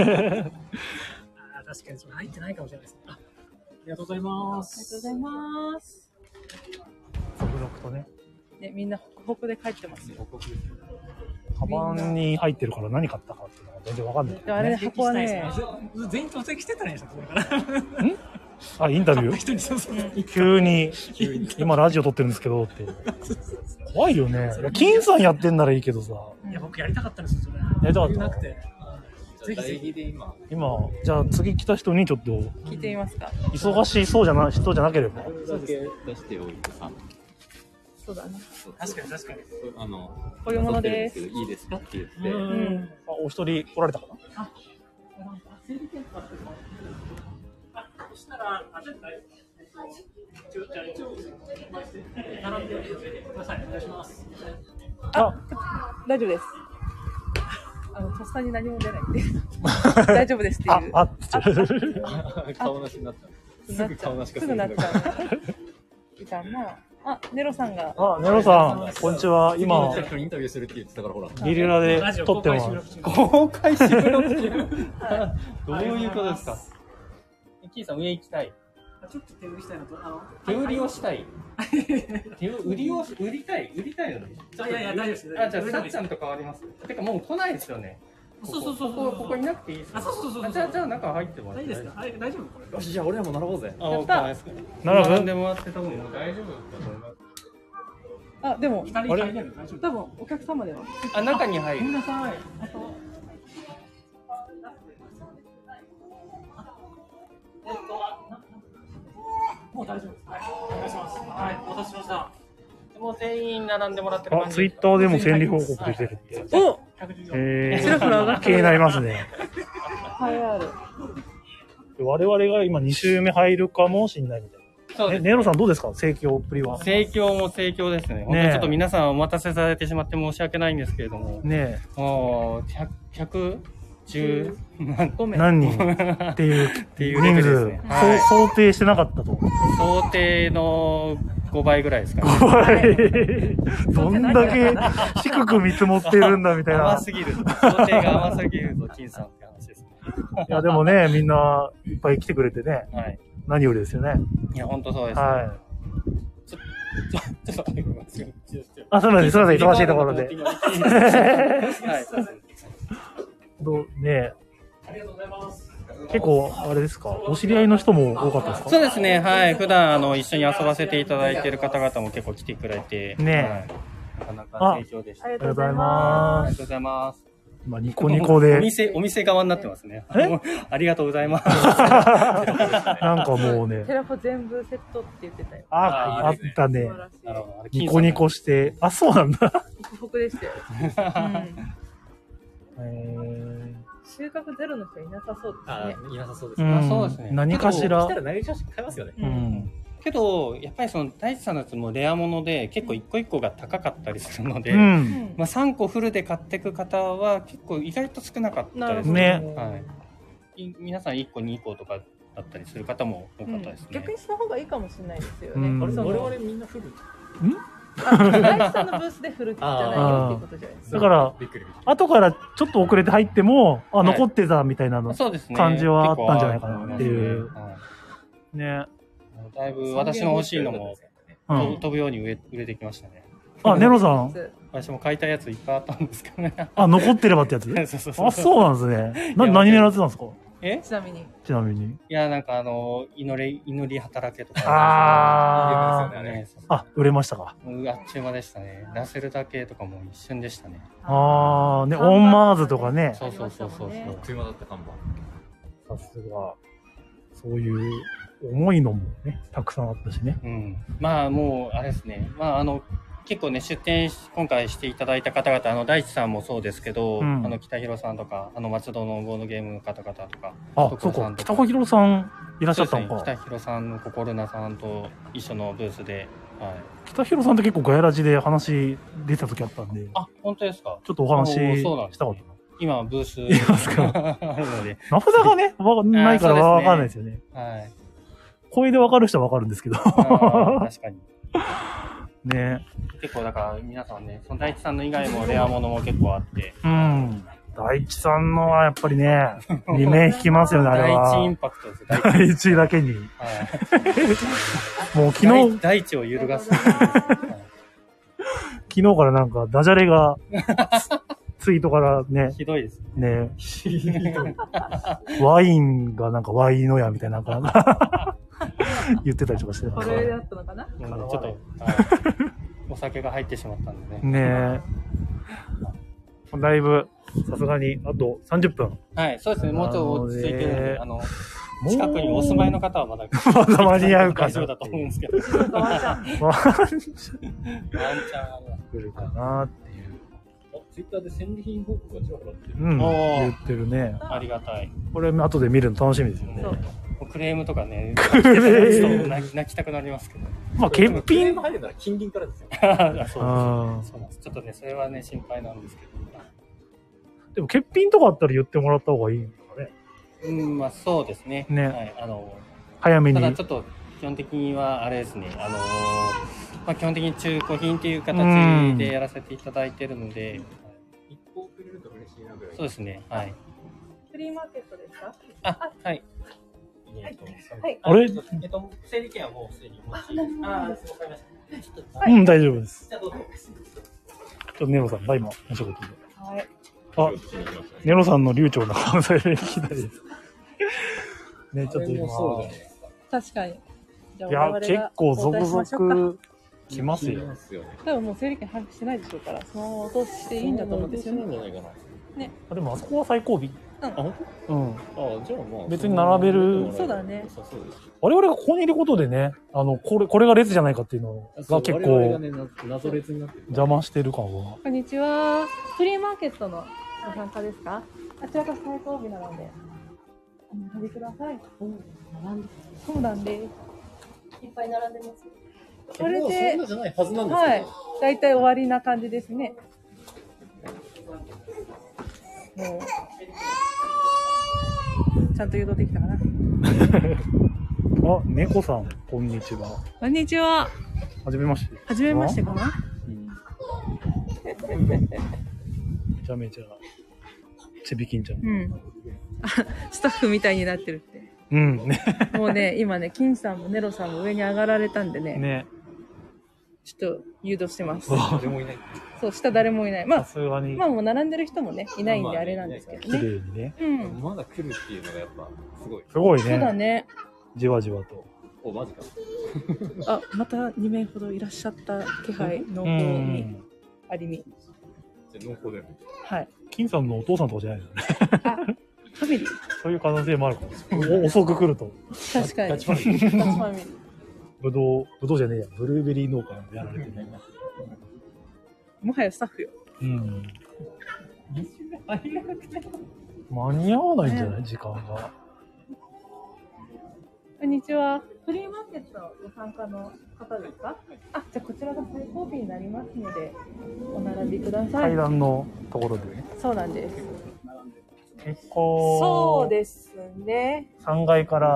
D: かにそれ入ってないかもしれないですね。あありがとうございま
C: ありがとうご
D: す。
C: ざいます。
B: 続々とね。
C: ね、みんなホクホクで帰ってますよ。
B: カバンに入ってるから何買ったかっていうのが全然わかんない、
C: であれね、箱はね、
D: ず全員到席してたらいいですよ、これから。
B: あ、インタビュ
D: 一人にそうそう。
B: ー急に、今ラジオ撮ってるんですけどっていう。怖いよね。いや金さんやってんならいいけどさ。
D: いや、僕やりたかったんですよ、それ。や
B: りたかった
D: なくて。ぜひぜひ。
E: で今、
B: 今、じゃあ次来た人にちょっと、
C: 聞いてみますか。
B: 忙しそうじゃな、人じゃなければ。
E: だけ出しておいてさ、
C: そうだね。
D: 確かに確かに。
E: あの、
C: こういうもので
E: 撮
C: す
E: ってるん。けどいいですかって言って、
C: う
D: うん
C: ん。
B: あお一人来られたかな
D: そしたら、あ、絶対。一応じゃあ一応、並んでください。お願いします。
C: 大丈夫です。あの、とっさに何も出ないんで。 大丈夫ですって
B: あ
C: いう、。
B: あ、あ
E: 顔なしになった。
C: なっちゃう。すぐなっちゃう。いたな。あ、ネロさんが。
B: あ、ネロさん、こんにちは。今、
E: 次の人にインタビューするって言ってたから、ほら。
B: リリラで撮ってます。
E: 公開しろっていう。どういうことですか
G: キーさん上行きたい。
D: ちょっと手売りしたいのと、あの、
G: 手売りをしたい。手を売りをし売りたい売りたいよね。
D: あいやいや大丈夫です
G: あじゃあ
D: 売り
G: さ
D: たい
G: っちゃんと変わります。てかもう来ないですよね。
D: そうそうそう
G: ここここいなくていいですよ。
D: あそうそうそうそう
G: あじゃあじゃあ中入ってもらっ
D: 大
G: て
D: 丈夫ですかあれ大丈夫これ
E: よし、じゃあ俺らも並ぼうぜ。
G: あ、わかんないですか。
B: 奈
G: 並ん
B: 良
G: でもらって多分もう大丈夫だと思います。
C: あ、でも、
D: 二人
B: あれ
D: 入れる大丈夫
C: 多分お客様では。
G: あ中に入
D: ごめん
G: る。
D: なさいあとえっとなもう大丈夫ですはいお願いしますはいお待たせしました
G: もう全員並んでもらってる
B: 君。あ、
G: 感じ
B: ツイッターでも戦利報告出てるって。
C: お
D: 114
B: え
C: ちらほら上がっ
B: ー、
C: てる
B: 気になりますね。
C: はい、ある。
B: 我々が今2周目入るかもしんないみたい
G: そう
B: な。
G: で
B: え、
G: す
B: ネロさんどうですか盛況っぷりは。
G: 盛況も盛況ですね。本当にちょっと皆さんお待たせされてしまって申し訳ないんですけれども、
B: ね
G: もう、100、100、10、
C: ご
B: え、
C: めん。
B: 何人っていう
G: ていうレベ
B: 人
G: ルで
B: 数
G: すね、はい
B: そう想定してなかったと。
G: 想定の5倍ぐらいですかね。
B: はい。どんだけ低く見積もってるんだみたいな
G: 甘。すぎる。想定が甘すぎるぞ、金さんって話ですね。
B: いや、でもね、みんないっぱい来てくれてね、
G: はい。
B: 何よりですよね。
G: いや、本当そうです。
B: はい。
G: ちょっと待ってください。
B: あ、そうなんです。すみません。忙しいところで。
G: はい。
B: どうね結構、あれですかお知り合いの人も多かったです
G: そうですね、はい。普段、あの、一緒に遊ばせていただいている方々も結構来てくれて。
B: ね
G: え。なかなか盛況でした。
B: かあ
G: あ
B: りがとうございます。
G: りがとうございます。
B: 今、ニコニコで
G: お、店、お店側になってますね。
B: え
G: ありがとうございます。
B: なんかもうね
C: テ、ラフォ全部セットって言ってたよ。
B: あ、あったね
C: 素。晴らしい。
G: なるほど
B: ニコニ。コして、あ、そうなんだ。
C: ホクホクでしたよ。うん
B: えー
C: 収穫ゼロの人いなさそう
E: あ
C: で、
E: いなさそうです
B: う
E: ね。
B: ん
G: そうですね
B: 何かしら
E: 来た。ら内容変えますよね。
C: す
B: う
C: ね。うん。
B: ん。
G: けど、やっぱりその、大地さんのやつもレアもので、結構一個一個が高かったりするので、
B: うん。
G: まあ3個フルで買っていく方は結構意外と少なかったです
B: なる
G: ね。はい。い皆さん1個2個とかだったりする方も多かったですね。
C: 逆にその方がいいかもしれないですよ
B: うん
C: ね。
B: 我
C: そ
B: 々
C: の
E: みんなフル。
C: あ大地さんのブースで振るじゃないよっていうことじゃないですか。
B: だから、
E: びっくりびっくり。
B: 後からちょっと遅れて入っても、あ、
G: はい
B: 残ってたみたいなの。
G: そうですね。
B: 感じはあったんじゃないかなっていう
G: 結構あると思いま
B: ね。
G: すねはいだいぶ私の欲しいのも
B: う
G: 飛ぶ
B: ん。
G: 飛ぶように売れ売れてきましたね。
B: あ、ネロさん。
G: 私も買いたいやついっぱいあったんですけどね。
B: あ、残ってればってやつ
G: そうそうそう。
B: あ、そうなんですね。な、
G: いや
B: 何狙ってたんですか
G: え
C: ちなみに。
B: ちなみに。
G: いや、なんかあの、祈り、祈り働けと
B: あ
G: かあ
B: ー。
G: りますよね。
B: あ、売れましたか。
G: ね、うあっちゅう間でしたね。ラセルだけとかも一瞬でしたね。
B: あー。ね、オンマーズとかね。
G: そうそうそうそう
C: ありましたもんね
E: あっという間だった看板。
B: さすが。そそういう重いのもね、たくさんあったしね。
G: うん、まあもうあれですね、まあ、あの結構ね出店し今回していただいた方々あの大地さんもそうですけど、
B: うん
G: あの北広さんとかあの松戸のゴードゲームの方々とか
B: あ、そ
G: 所
B: う
G: さ
B: か
G: ん、と
B: 北小広さんいらっしゃったの
G: そうです
B: か。
G: ね北広さんの心なさんと一緒のブースで、はい、
B: 北広さんって結構ガヤラジで話出た時あったんで、
G: あ本当ですか
B: ちょっとお話し
G: おーそうなんですね
B: したかったな。
G: 今ブース
B: いますか
G: あるので、
B: 名札がね、 わかんないからわかんないですよね。
G: はい、
B: 声でわかる人はわかるんですけど。
G: あー確かに
B: ね。
G: 結構だから皆さんねその大地さんの以外もレアものも結構あって
B: うん。大地さんのはやっぱり ね、2面引きますよね、あれ
G: 第一イ
B: は
G: ン。パクトですよ第 一
B: 第一だけに。
G: はい
B: もう昨日、昨
G: 大地を揺るがす。はい
B: 日からなんかダジャレ が、ツツイートからね、
G: ひどいです。
B: ね、ワインがなんかワイのやみたいな、なんか 言ってたりとかしてた
A: こ
B: ん
A: れ
B: で
A: だったのかな
G: なのでちょっと、 はいお酒が入ってしまったんでね。
B: ねえ。だいぶ、さすがに、あと30分。
G: はい、そうですね。もうちょっと落ち着いてるんで、
B: な
G: あの、
B: もう
G: 近くにお住まいの方はまだ、
B: まだ間に合うかな
G: 大丈夫だと思うんですけど。ワンチ
A: なんかワンちゃん
B: わ
G: ャンあります
B: 来るかなっていう。
E: ツイッターで戦利品報告がちらほらってる。
B: うん。
G: おー
B: 言ってるね。
G: ありがたい。
B: これ、後で見るの楽しみですよね。
G: もうクレームとかね、
B: レーム
G: そう泣き泣きたくなりますけど。
B: まあ、欠品
E: が入るなら近隣からですよ。
G: あそうです
B: あー
G: そうなんです。ちょっとね、それはね、心配なんですけど。
B: でも欠品とかあったら言ってもらった方がいいのかね。
G: うん、まあそうですね。
B: ね
G: はい、あの、
B: 早めに。
G: ただちょっと基本的にはあれですね、あのーまあ、基本的に中古品という形でやらせていただいてるので、
E: 一報くれると嬉しいなぐらい。
G: そうですね、はい。
A: フリーマーケットですか
G: あ、はい。
A: はい
B: あれ
G: えっと、整理券はもうすでに持ち。あ、わかりました。
B: うん、大丈夫です。
G: じゃあどうぞ。
B: ちょっとネロさん、大今、お仕事で。
M: はい。
B: あ、ネロさんの流暢な関西弁聞いたりです。ね、ちょっと今。
C: 確かに。じゃあ
B: いや
C: 我々、が
B: 結構
C: 交
B: 続
C: 代しましょうか
B: 々来ますよ。
E: すよね。
C: 多分もう整理券把握してないでしょうから、そのまま落としていいんだと思うんですよね。
E: そうなんじゃないかな。
B: あでもあそこは最後尾。
E: あ、本
B: うん。
E: 当あ、じゃあまあ。
B: 別に並べる
C: そうだね
E: そうそうです。
B: 我々がここにいることでね、あの、これ、これが列じゃないかっていうのが結
E: 我々が
B: 構
E: ね、な謎列になってる。
B: 邪魔してる感は。
C: こんにちは。フリーマーケットのご参加ですかあちらが最後尾なので、お並びください。そうなんです。
I: いっぱい並んでます。
C: これ
E: そん
C: で
E: な、じゃないはずなんです
C: はい。だいたい終わりな感じですね。もう、ちゃんと誘導できたかな。
B: あ、猫さん、こんにちは。
C: こんにちは。
B: はじめまして。
C: はじめましてかな
B: めちゃめちゃ、ちびきんちゃん。
C: うん。 あ、スタッフみたいになってるって。
B: うん、ね。
C: もう ね、今ね、金さんもネロさんも上に上がられたんでね、
B: ね。
C: ちょっと誘導してます。
E: 誰もいない。
C: そう、下誰もいない。ま
B: さ
C: あ、
B: すがに
C: ま、あもう並んでる人もね、いないん
E: まあ
C: で
E: まあ
C: あれなんですけど
B: 綺
C: ね。
B: 麗にね。
C: うん。
E: まだ来るっていうのがやっぱすごい。
B: すごい
C: そうだ
B: ね。
C: ね。
B: じわじわと。
E: お、マジか。
C: あ、また2名ほどいらっしゃった気配、濃厚
B: う
C: に
B: ん。
C: ありみ。
E: じゃあ濃厚だよね。
C: はい。
B: 金さんのお父さんとかじゃないの ね。
C: ファミリー。
B: そういう可能性もあるかもしれない。お遅く来ると。
C: 確かに。
E: ガ
C: 立
E: チ
C: ちフ
E: ファミリー。
C: ァミリー。
B: ぶどう、ぶどうじゃねえや。ブルーベリー農家なんでやられてね。
C: もはやスタッフよ。
B: うん。間に合わないんじゃない時間が。
C: こんにちは。
A: フリーマーケットご参加の方ですか
C: あ、じゃあこちらが最後尾になりますので、お並びください。
B: 階段のところでね。
C: そうなんです。
B: 結構、
C: そうですね。
B: 3階から、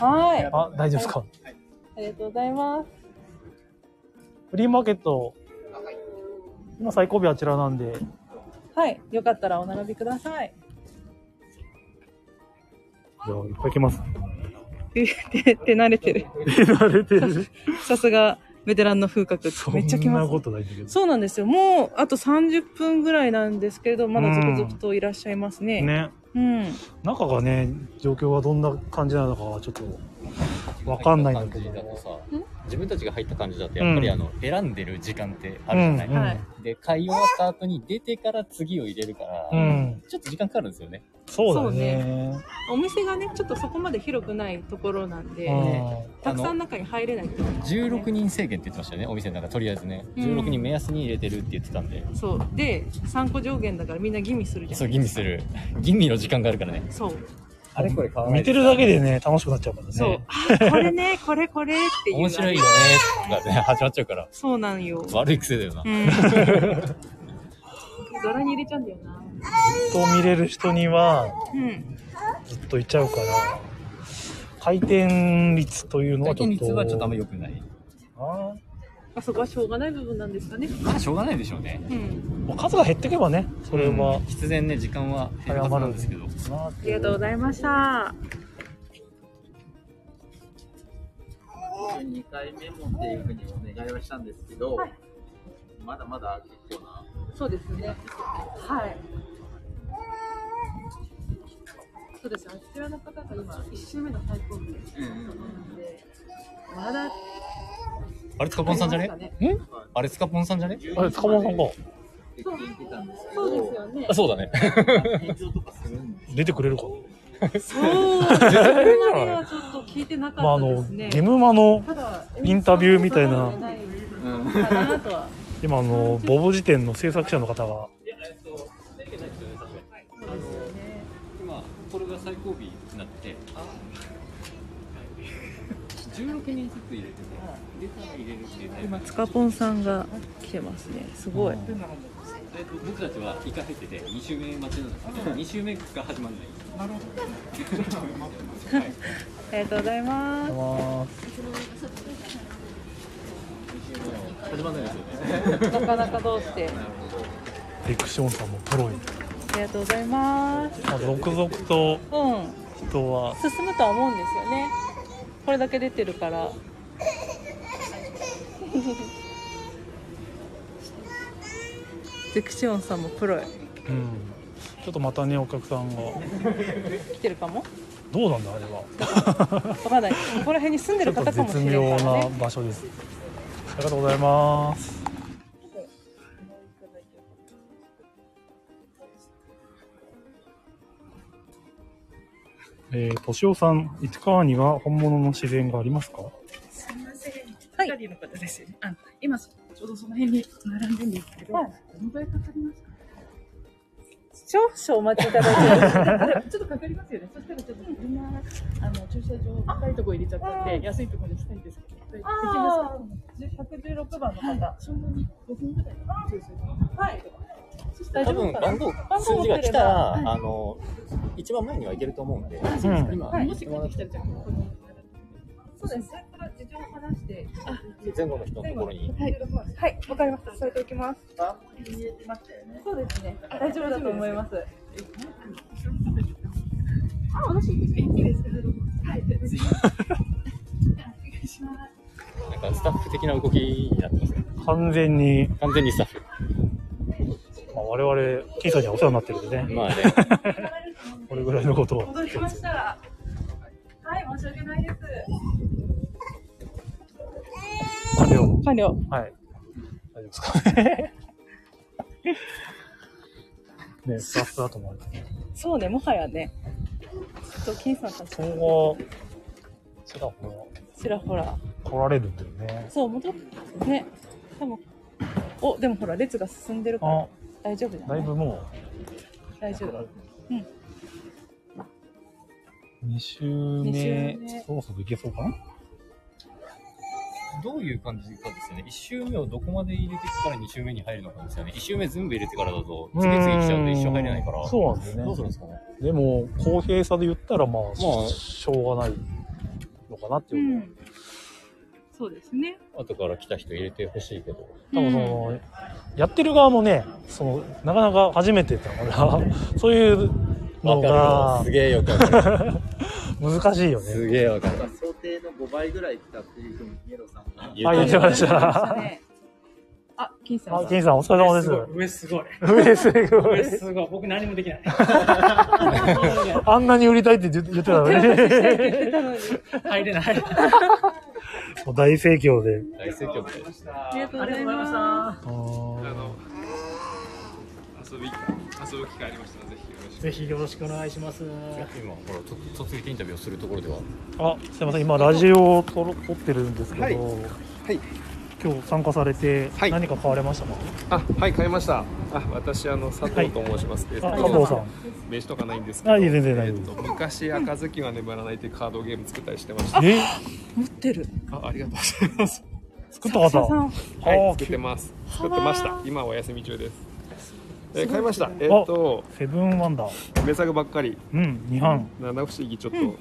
C: はい。
B: あ、大丈夫ですか
C: ありがとうございます。
B: フリーマーケット、今最後尾あちらなんで、
C: はい。よかったらお並びくださ い。
B: じゃあいっぱい来ます。
C: って、って慣れてる。
B: 慣れてる。
C: さすが、ベテランの風格。めっちゃ 来
B: そん
C: ま
B: な
C: す
B: こ。とないんだけど。
C: そうなんですよ。もう、あと30分ぐらいなんですけれど、まだ続々といらっしゃいますね。
B: ね。
C: うん。
B: 中がね、状況がどんな感じなのかはちょっと、わかんないんだけど
E: 感じだとさ、自分たちが入った感じだとやっぱり
N: うん
E: あの選んでる時間ってあるじゃない、
N: うんうんはい
E: で買い終わった後に出てから次を入れるから、
N: うん
E: ちょっと時間かかるんですよね
B: そう
C: だねお店がねちょっとそこまで広くないところなんで
E: うん
C: たくさん中に入れないってこと
E: 16人制限って言ってましたよねお店の中とりあえずね
C: うん
E: 16人目安に入れてるって言ってたんで、
C: そうで3個上限だからみんな吟味するじゃん
E: そう吟味する吟味の時間があるからね
C: そう
E: あれこれ買わない
B: 見てるだけでね、楽しくなっちゃうからね。
C: そう、あこれねこれこれっていう
E: 面白いよねとかね始まっちゃうから
C: そうなんよ
E: 悪い癖だよな、
C: ざらに入れちゃうんだよな
B: ずっと見れる人には、
C: うん
B: ずっといちゃうから、回転率というのはちょっと。
E: 回転率はちょっとあんま良くない。
B: あ
C: あそこはしょうがない部分なんですかね
E: まあしょうがないでしょうね
C: うん
B: もう数が減ってけばね、それは。
E: 必然ね時間は減るはずなんですけど
C: ありがとうございました
O: 2回目もっていうふうにお願いはしたんですけど、まだまだ結構な。
C: そうですねはいそうですよあちらの方が今1周目の最高日ですなんでまだ
E: あれ、つかぽんさんじゃねんあれ、つかぽんさんじゃね
B: あれ、つかぽんさんか。
C: そうそうですよね
E: あ、そうだね。
B: 出てくれるか。
C: そうそれまではちょっと聞いてなか
B: まあ、あ
C: った
B: の
C: です、ね
B: ゲムマの
C: ただ
B: インタビューみたいな、
C: かなとは
B: 今、あの、ボブ辞典の制作者の方が、
E: 今、これが最後尾になって、16人ずつ入れてて、出たら入れるっていうタイプ
C: 今つかぽんさんが来てますねすごい
E: えっと僕たちはイカ入ってて、2周目待ちなんですけど、2周目が始まんない。なるほど。はい
C: ありがとうございます
E: 始まんないですよ
C: なかなかどうして
B: ディクションさんもプロに。
C: ありがとうございます
B: まあ、続々と
C: うん
B: 人は、
C: 進むとは思うんですよねこれだけ出てるから ゼクシオンさんもプロへ
B: うん。ちょっとまたね、お客さんが、
C: 来てるかも
B: どうなんだ、あれは。
C: わかんないここら辺に住んでる方かもし
B: 絶
C: れ
B: 妙
C: ないから
B: な
C: ね
B: 場所です。ありがとうございます。えー、としおさん、市川には本物の自然がありますか
P: すみません。はい。係の方ですよね。あの、今ちょうどその辺に並んでるんですけど、どのくらいかかりますか。
C: 少々お待ちいただいて
P: ちょっとかかりますよね。そしたらちょっとみんなあの駐車場高いとこ入れちゃったんで、安いとこにしたいんですけど。できますか。百十六番の方。はい、ちょうどに五分ぐらいの駐車場。はい。そしたら
E: 多分番号数字が来たら、あの一番前にはいけると思うんで、
P: うん
E: 今、
P: はい
E: もし来てきたら
P: そうです。それから事情を話して。
E: 前後の人のところに
P: はい。はい。わかりました。添えておきます。そうですね。大丈夫だと思います。あ、私いいですか。はい。
E: なんかスタッフ的な動きになってますね。
B: 完全に、
E: 完全にスタッフ。
B: まあ、我々、キーさんにはお世話になってるんでね。
E: まあね
B: これぐらいのことは。
P: 戻りました。はい、申し訳ないです。
B: 完了。
C: 完了。
B: はい。大丈夫ですか ね、スラスラと思われて。
C: そうねもはやねちょっと金さんたち
B: 今後、ちらほ
C: ちらほら
B: ら来られるんだよね。
C: そう戻ってね多分おでもほら列が進んでるから
B: あ、
C: 大丈夫じゃ
B: だ
C: ないい
B: ぶも
C: 大丈夫うん
B: う、2週
E: 二
B: 目
E: 周目、
B: そろそろいけそうかな
E: どういう感じかですよね。1周目をどこまで入れてから2周目に入るのかですよね。1周目全部入れてからだと、次々来ちゃうんで一生入れないから。
B: そうなんですね。
E: どうするんですかね。
B: でも、公平さで言ったら、まあ、しょうがないのかなっていう。
C: うんそうですね
E: 後から来た人入れてほしいけど。
B: 多分その、やってる側もね、その、なかなか初めてだから、 そういうの
E: わか
B: が
E: る、すげえよくわか
B: 難しいよね。
E: すげえわかる。
O: 想定の5倍ぐらい来たっていうふうに、イエローさんが。
B: あ、言ってました。
C: あ、金さ
B: ん。あ、金さん、お疲れ様です。
D: 上すごい。
B: 上すごい
D: 上すごい。僕何もできない。
B: あんなに売りたいって言って言ってたの
D: 手渡ししたいって言って
B: に。
D: たのに入れない。
B: そう大盛況で。
Q: 大盛況で。
A: ありがとうございま
B: あの
P: 遊び遊ぶ機会ありましたらぜひよろしく
D: ぜひよろしくお願いします。
Q: 今、ほら、と突撃インタビューをするところでは。
B: あ、すみません、今ラジオを撮ろ撮ってるんですけど、
P: はい
B: 今日参加されて何か買われましたか、
P: あはい買いましたあ私あの佐藤と申します、えっと
B: あ佐藤さん
P: 名刺とかないんですけど
B: あ、いえ、全然大丈夫です。
P: 昔赤ずきんは眠らないっていうカードゲーム作ったりしてました
B: え
P: 持ってるあありがとうございます
B: 作った方
P: はい作ってます作ってました今はお休み中ですえー買いました。えっ、と、
B: セブンワンダー。
P: 名作ばっかり。
B: うん、二班。
P: 七不思議ちょっと、
B: うん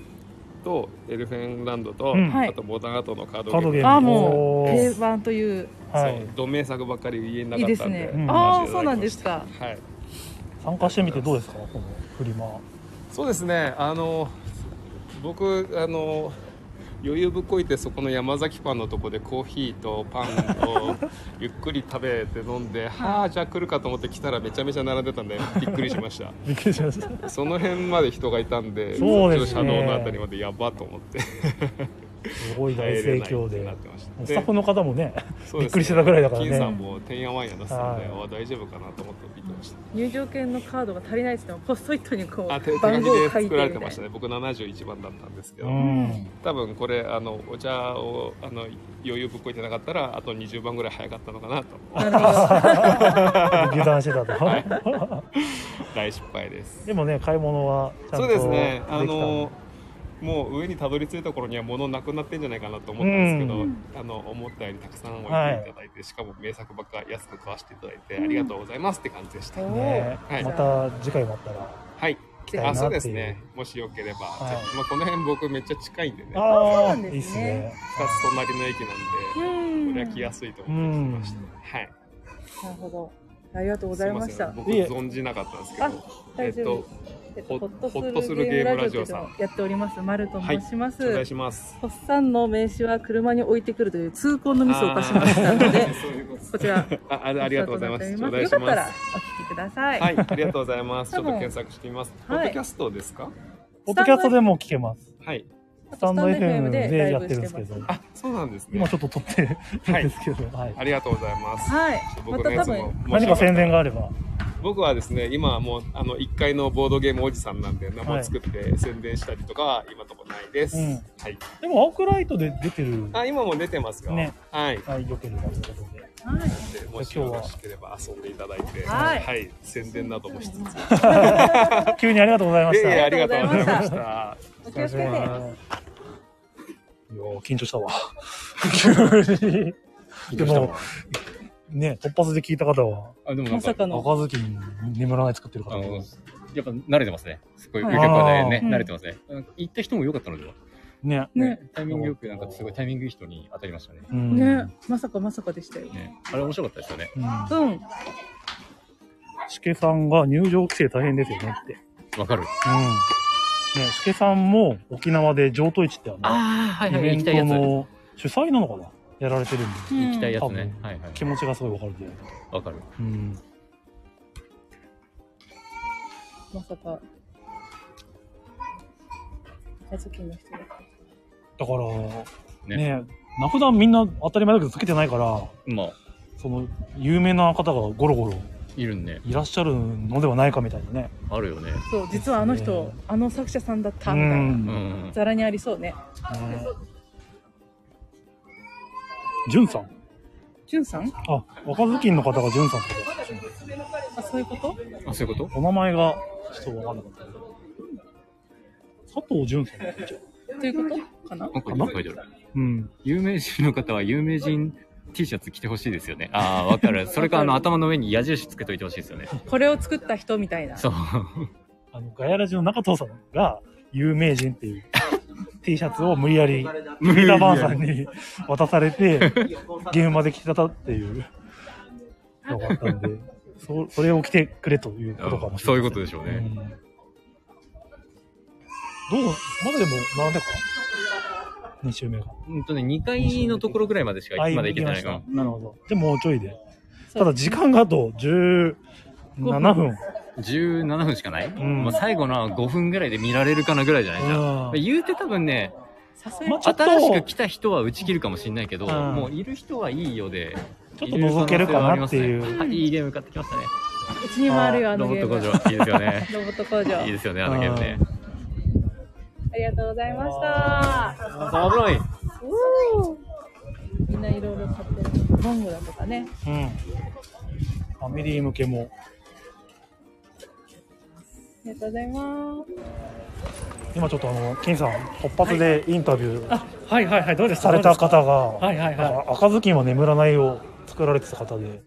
P: と、エルフェンランドと、
B: うん
P: あとボタンアートのカードゲーム。
C: あもう定番という
P: そう、同名作ばっかり言えないか
C: い
P: っ
C: で
P: た
C: す
P: んで。
C: ね、
P: 話
C: ああ
P: していただきました
C: そうなんですか
P: はい。
B: 参加してみてどうですかこのフリマ。
P: そうですね。あの、僕、あの。余裕ぶっこいてそこの山崎パンのとこでコーヒーとパン をゆっくり食べて飲んではあじゃあ来るかと思って来たらめちゃめちゃ並んでたんでびっくりしました
B: びっくりしました。
P: その辺まで人がいたんで、
B: そうですね
P: ちょっと車道のあたりまでやばと思って。
B: すごい大盛況で。ス
P: で
B: タッフの方もね、
P: そう
B: び
P: で
B: っ
P: すね
B: くりしてたぐらいだから
P: 金さん
B: ね。
P: もてんやわんや出すので、
B: は
P: あ大丈夫かなと思って見てました。
C: 入場券のカードが足りないって言ってもポストイットにこ
P: あ手
C: う
P: 手
C: 番
P: 書き
C: 号を
P: で
C: 書いて
P: 作ら
C: み
P: れて
C: た
P: ま
C: い
P: したね僕71番だったんですけど、
B: うん
P: 多分これあのお茶をあの余裕ぶっこいてなかったらあと20番ぐらい早かったのか な
B: な
P: と
B: るほど油断してたと
P: はい大失敗で す
B: でもね、買い物はちゃんと
P: そう
B: で
P: で
B: き
P: す
B: た。
P: ねあのもう上にたどり着いた頃には物なくなってんじゃないかなと思ったんですけど、
B: うん
P: あの思ったよりたくさん置いていただいて、しかも名作ばっか安く買わせていただいて、
B: うん
P: ありがとうございますって感じでした、
B: ね
P: はい、
B: また次回もあったら。
P: はい
B: 来たいなっていう
P: あそうですねもしよければ、ちょっとまあ、この辺僕めっちゃ近いんでね
B: あーそうなんですねいいっすね
P: 2つ隣の駅なんで、
C: うん
P: これは来やすいと
B: う
P: 思い
B: ん
P: ま。した、はい
C: なるほどありがとうございました
P: すいません僕存じなかったんですけど
C: あ大丈夫
P: えっとほ
C: ホ
P: ほっとするゲームラジオさん
C: やっておりますマルと申します、
P: はいお願いします
C: ホッサンの名刺は車に置いてくるという痛恨のミスを犯しましたので
P: あーそういうと
C: こちら
P: あ あありがとうございます
C: よ
P: 頂
C: か
P: 戴
C: っ
P: したます
C: らお聞きください
P: はい、ありがとうございます。ち
C: 多
P: ょっ
C: 分
P: と検索してみます。ポ
C: はい
P: ッドキャストですか？
B: ポッドキャストでも聞けます。
P: はい。
B: スタンド FM でやってるんですけど。
P: あ、そうなんですね。
B: 今ちょっと撮ってるんですけど。はい。
P: ありがとうございます。
C: はい
P: 僕
C: ま
P: が
C: た
P: い
C: 多
P: つ
C: 分
P: も
B: 何か宣伝があれば。
P: 僕はですね、今はもうあの一階のボードゲームおじさんなんで名前作って宣伝したりとかは今のとこないです。
B: うん
P: はい。
B: でも、アークライトで出てる。
P: あ、今も出てますよ。
B: ね。
P: はい。
B: はい、よければということで。
P: でもしよろしければ遊んでいただいて、
B: はい
P: はい、宣伝などもしつつ。
B: 急にありがとうございました。
P: いえいえありがとうございました
B: お疲れ様
P: お気を
B: いやー緊張したわ。急に。
Q: 張
B: で
Q: した
B: も、ね、突発で聞いた方は、
Q: あでもなんかまさかの
B: 赤ずきに眠らない作ってる
Q: あ
B: 方
Q: の、やっぱ慣れてますね。すごい、
B: はい
Q: 結構ね、
B: あー
Q: 慣れてますね。行った人も良かったのでは。
B: ね。
Q: ね。タイミングよく、なんかすごいタイミングいい人に当たりましたね。
C: ねまさかまさかでしたよ
Q: ねあれ面白かったですよね。
C: うん
B: しけさんが入場規制大変ですよねって。
Q: わかる。
B: うん。ね、しけさんも沖縄で上等市ってあの、
Q: はいはい
B: イベントの主催なのかなやられてるんで。
Q: 行きたいやつ
B: 多分
Q: ね。はいはい。
B: 気持ちがすごいわかるで。
Q: わかる。
B: うん。
C: まさか家族の人が
B: だから、ね名札みんな当たり前だけどつけてないから、
Q: まあ、
B: その、有名な方がゴロゴロ
Q: いるんね。
B: いらっしゃるのではないかみたいなね。
Q: あるよね。
C: そう実はあの人あの作者さんだったみたいな、
Q: うん。
C: ざらにありそうね
B: じゅんさん。
C: じゅんさん
B: あ、若ずきんの方がじゅんさんってこ
C: あそういうこと
Q: あ、そういうこと
B: お名前がちょっとわかんなかった。佐藤じゅんさん。
C: ということかな
Q: なんか今書いてある。
B: うん。
Q: 有名人の方は有名人 T シャツ着てほしいですよね。ああ、わかる。それか、あの、頭の上に矢印つけといてほしいですよね。
C: これを作った人みたいな
Q: そう。
B: あの、ガヤラジの中藤さんが有名人っていう T シャツを無理やり、
Q: 無理やり
B: ピーターバーンさんに渡されて、現場で着てたっていうのがあったんで、そそれを着てくれということかもし
Q: そ
B: れない。
Q: ういうことでしょうね。
B: どう、まだでも何でか ?2 周目が。
Q: うんとね、2階のところぐらいまでしか、
B: あ
Q: まだ行けてない
B: 行
Q: か
B: きましたなるほど。でもうちょいで。ただ時間があと17分。
Q: 17分しかない、
B: ん
Q: まあ、最後の5分ぐらいで見られるかなぐらいじゃないです
B: うん
Q: か。言うて多分ね、
R: さす
Q: まあ新しく来た人は打ち切るかもしれないけど、
B: うん
Q: もういる人はいいようで、ち
B: ょっと覗けるかなっていう
Q: はい、いいゲーム買ってきましたね。
C: うちにもあるよ、あの
Q: ロボ
C: ゲ
Q: ッ
C: ー
Q: ト
C: ム。。
Q: 工場、いいですよね
C: ロボット工場。
Q: いいですよね、あのゲームね。
C: ありがとうございました。
Q: あ危ない。
C: おーみんないろいろ買ってる。モンゴラとかね。
B: うん。ファミリー向けも。
C: ありがとうございます。
B: 今ちょっとあの、金さん、突発でインタビュー
S: はいはいはい、どうですか
B: された方が、
S: はいはいはい
B: あ赤ずきんは眠らないを作られてた方で。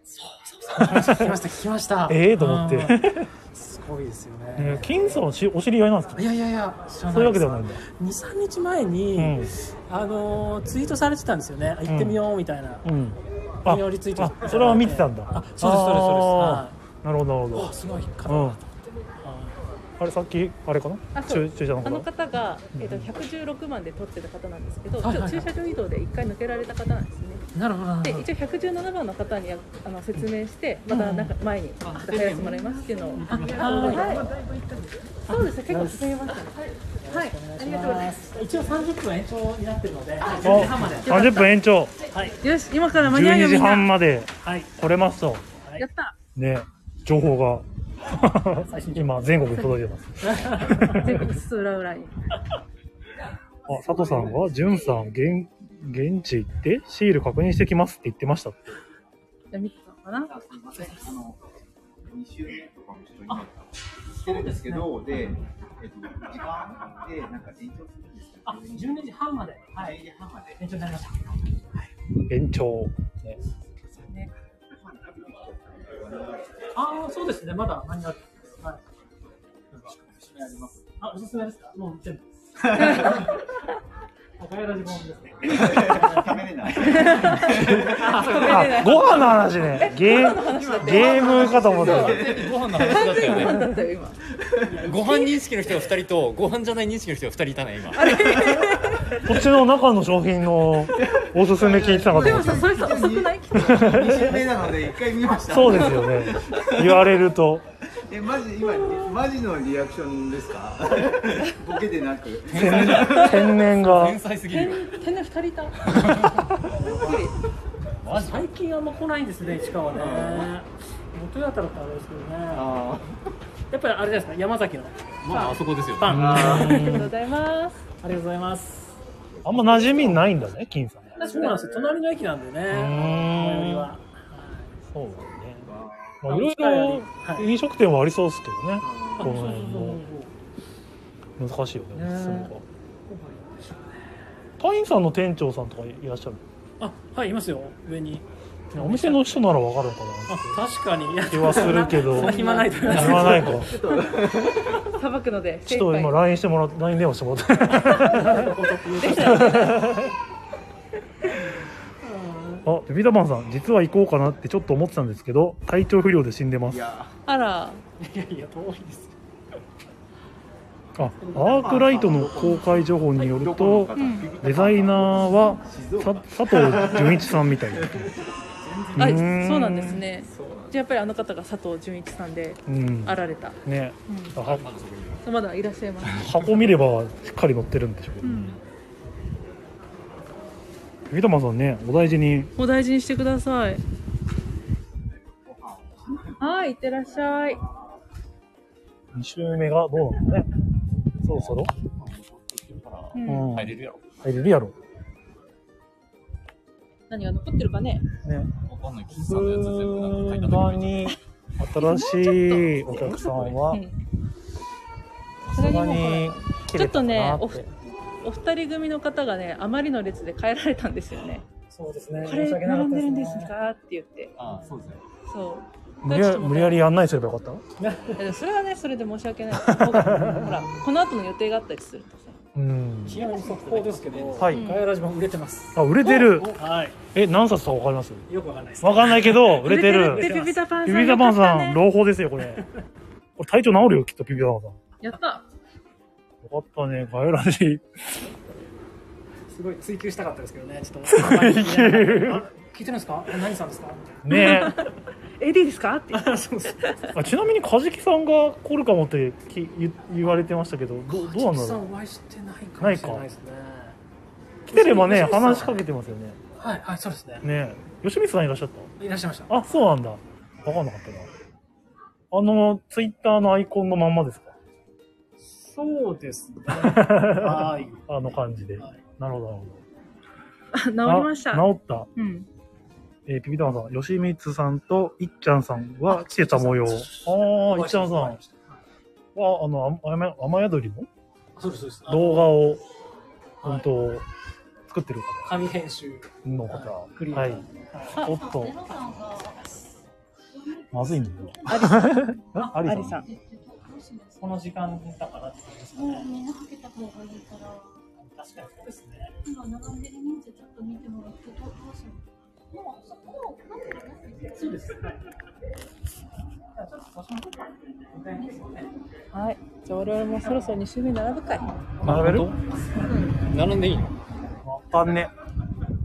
D: 聞きました、聞きました。
B: ええと思って
D: うん。すごいですよね。
B: ね金さんのしお知り合いなんですか
D: いやいやいや、知ら
B: そういうわけではないんだ。
D: 二三日前に、
B: うん
D: あのーツイートされてたんですよね。行ってみようみたいな。
B: うん。
D: 引用リツイート
B: あ、それは見てたんだ。
D: あそうですそうですそうですは
B: あーなるほど、なるほど。
D: あすごい方だ
B: うん。あれ、さっき、あれかな
C: あそ
B: 注
C: う
B: 注射の
C: あの
B: 方
C: 方が、えっと116番で撮ってた方なんですけど、
D: はいはいはい
C: ちょっと駐車場移動で1回抜けられた方なんですね。
D: なるほどなる
C: で
D: ほど
C: 一応117番の方にああの説明して、またなんか前にちょっと入らせてもらいますっていうのを。あはいそうですね、結構進みましたね。はい、ありがとうございます。
D: 一応三十分延長になってるので、
B: お
D: 10時半まで。
B: 30分延長。
D: はい。
C: よし、今から間に合う
B: 12
C: よ、
B: 時
C: みんな。
B: 半まで
D: はい
B: 来れますと。
C: やった。
B: ね、情 報が今全国に届いてます。
C: 全国津々浦々に。
B: あ、佐藤さんが、じゅんさん、現、現地行って、シール確認してきますって言ってましたって。
C: じゃあ、ミキさんかな。
T: 2周年とかもちょっと今してるんですけど、で、えっと、時間でなんか延長するんですけど、
D: 十二時半まで。はい。
T: 時半まで
D: 延長になりました。
B: 延長。ね
D: ああ、そうですね。まだ間に合ってます。はい。おすすめあります。あ、おすすめですか。もう全部です。高いラジコンですね。
T: 食べれない。
B: あ、ご飯の話ね。ゲー、ゲームかと思った。
Q: ご飯の話だったよね
C: 完全にご飯だったよ今
Q: ご飯認識の人が2人と、ご飯じゃない認識の人が2人いたね、今。
B: こっちの中の商品のおすすめ聞いてたかと
C: で
B: 思
C: も
B: っ
C: さ、
B: た。
C: それさ、遅くない。
T: 2周目なので一回見ました。
B: そうですよね。言われると。
T: え、マジ、今、マジのリアクションです かボケでなく。
B: 天天然が。
C: 天天然二人いた。
D: 最近あんま来ないんですね、市川ね。元やったらあれですけどね。やっぱりあれじゃないですか、山崎の。
Q: まあ、あそこですよ。
D: パン。
B: あ
D: ありが
C: とうございます。
D: ありがとうございます。
B: あんま馴染みないんだね、金さん。
D: そうなんですよ。隣の駅なんでね。最寄りは。
B: そうだね。まあ、いろいろ飲食店はありそうですけどね。この辺も。難しいよね、おすすめが。パインさんの店長さんとかいらっしゃる
D: あ、はい、いますよ。上に。
B: お店の人ならわかるのかな
D: あ、確かに。いや
B: 気はするけど
D: そん な暇ないと思います。
B: 暇ないか
C: さばくので。
B: ちょっと今 LINE してもらって LINE 電話してもらって
C: できた
B: あビタバンさん実は行こうかなってちょっと思ってたんですけど体調不良で死んでますあ
C: あら。
D: いやいや、遠いです。
B: アークライトの公開情報によると
C: うん
B: デザイナーはさ佐藤純一さんみたいな
C: あ、
B: うーん
C: そうなんですね。じゃあやっぱりあの方が佐藤純一さんで
B: うん
C: あられた。
B: ね、は
C: まだいらっしゃいます。
B: 箱見ればしっかり載ってるんでしょうけど
C: うん
B: ビタバンさんねお大事に
C: お大事にしてください。はい、いってらっしゃい。
B: 2周目がどうなのねそろそろうん
Q: 入れるやろ。
B: 入れるやろ
C: 何が残ってるかね。
B: ね
Q: わかんない。金さんのやつ全部なんか書いてあったけど
B: 車に新しいお客さんは
C: それにもうこ
B: に
C: れちょっとね、おふお二人組の方がね、あまりの列で帰られたんですよね。
D: そうですね。
C: これ
D: 申し訳なか
C: 並
D: っ
C: ん
D: た
C: で
D: です
C: るん
D: ね
C: ですかって言って。
Q: あそうですね。
C: そう。
B: 無理や無理やりやんないにすればよかっ
C: いやそれはね、それで申し訳ない。ほら、この後の予定があったりするとさ。
B: たうん
D: ちなみに速報ですけど、
B: はい
D: ガヤラジも売れてます。
B: あ売れてる
D: おおはい。
B: え何冊かわかります
D: よくわかんないです。
B: わかんないけど売れてる
D: 売れてるってピピタパンさん
B: ピピタパンさん朗報ですよこれこれ体調治るよきっとピピタパンさん
C: やった。
B: よかったねガイラジ
D: すごい追求したかったですけどね、ちょっと。あ聞いてるんですかえ何さ んですか
B: ね
C: AD ですかって。
D: そうそう。
B: あちなみにカジキさんが来るかもってき言言われてましたけどどどうなんだ
D: さ
B: ろ
D: んお会いしてないか
B: な
D: も
B: い
D: し
B: か
D: れないですね。
B: う来てればね、話しかけてますよね。
D: はい、はい、そうですね。
B: ねえ。吉光さんいらっしゃっ
D: いらっしゃいました。
B: たあ、そうなんだ。わかんなかったな。あの、ツイッターのアイコンのまんまですか
D: そうですね。
B: は
D: はいい。
B: あの感じで。なるほど、なるほど。
C: あ治り
B: あ
C: ました。
B: 治った。
C: うん。
B: えー、ピピタマンさん、吉光さんといっちゃんさんは来てた模様。ああ、いっちゃんさんは、あの、あま雨宿りの
D: そうです、そうです。
B: 動画を、本当、作ってる
D: 紙編集。
B: 方の方。はい。おっと、まずいんだよ。あありさん。
D: ん。この時間だからってことですかね。確かにそうですね。そうです。
C: はい。じゃあ我々もそろそろ2周目並ぶかい。
B: 並べる
E: 並んでいいの
B: わかんね。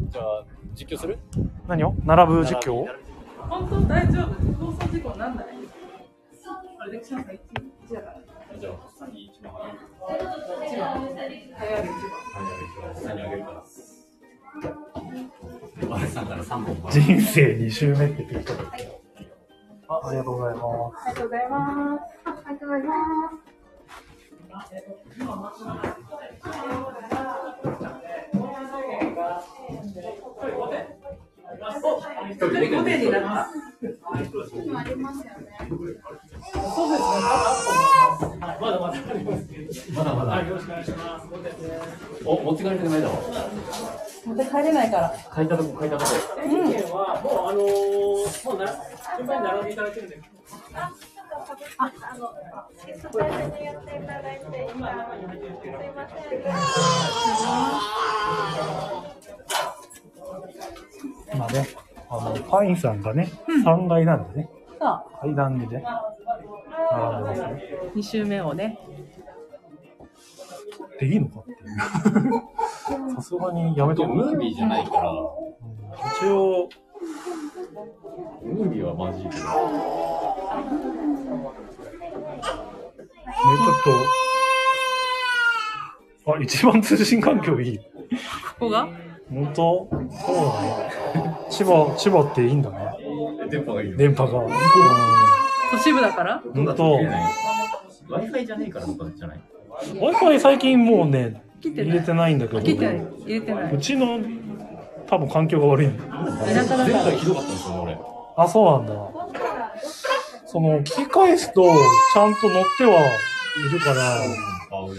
E: じゃあ、実況する
B: 何を並ぶ実況
R: 本当大丈夫放送事故なんないあれでシャンが一日だから
E: じゃあ、さっき一番
R: 一番早い一番
E: 何あげるか。バルさんから三本もらう
B: 人生2周目ってピピタマン
D: あありがとうございます。
R: ありがとうございます。ありがとうございます。一人5点にな
D: まだまだありますけど。
E: まだまだ
D: はい、よろしくお願いします。ごめんなさいね
E: お、持って帰れてないだろ。
R: った。また帰れないから。
E: 書いたとこ書いたとこ。
D: 天気圏はもうあのー、もうな順番に並んでいただいてるんで。
B: 今ね、あの、パインさんがね、3階なんでね、階段でね、並んでますね。
C: 2周目をね。
B: でいいのかっていう。さすがにやめとこう
E: ムービーじゃないから。
B: 一応、
E: ムービーはマジで。
B: ね、ちょっと、あ、一番通信環境いい。
C: ここが
B: 本当そうだね。千葉、千葉っていいんだね。
E: 電波がいいよ。
B: 電波が。
C: 都市部だから
B: うん、本当
E: Wi-Fi じゃねえからとかじゃない
B: Wi-Fi 最近もうね、
C: 切って
B: 入
C: ない
B: れてないんだけど、
C: 切ってない。入れてな
B: う
C: い。
B: ちの多分環境が悪いんだ。
C: 田舎だから。
E: ひどかったんですよ、俺。
B: あ、そうなんだ。その、聞き返すと、ちゃんと乗ってはいるから、だ
E: あ、俺、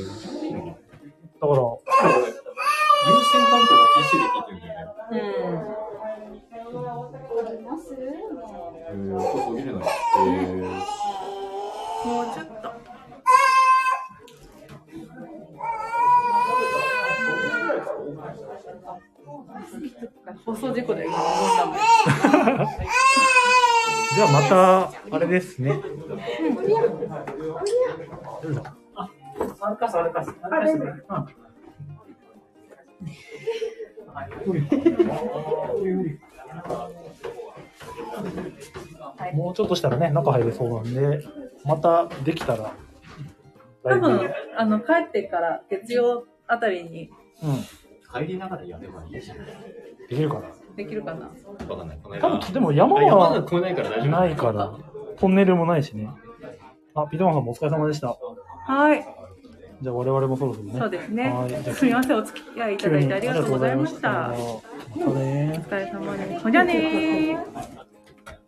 E: 優先
B: から、
E: 環境が必死で聞いてるんだよね。えー、そう、見れない。えー
C: もうちょっと。放送事故で。
B: じゃあまた、あれですね。
D: 歩かす歩かす歩かすね。
B: もうちょっとしたらね、中入れそうなんで、またできたら、だ
C: 多
B: いぶ、うん
C: 分、あの、帰ってから月曜あたりに。
E: 帰りながらやればいいじゃん。
B: できるかな。
C: できるかな。
E: わかんない。この
B: 多
E: 間
B: 分、でも山
E: あ山が
B: は
E: 越えないから大丈夫。
B: ないから、トンネルもないしね。あ、ピトマンさんもお疲れ様でした。
C: はい。
B: じゃあ我々もそろそろね。
C: そうですね
B: はいじゃ。あ
C: すみません、お付き合いいただいてありがとうございました。
B: 急にありがと
C: お
B: うございましたまたね
C: 疲れ様です。ほじゃあねー。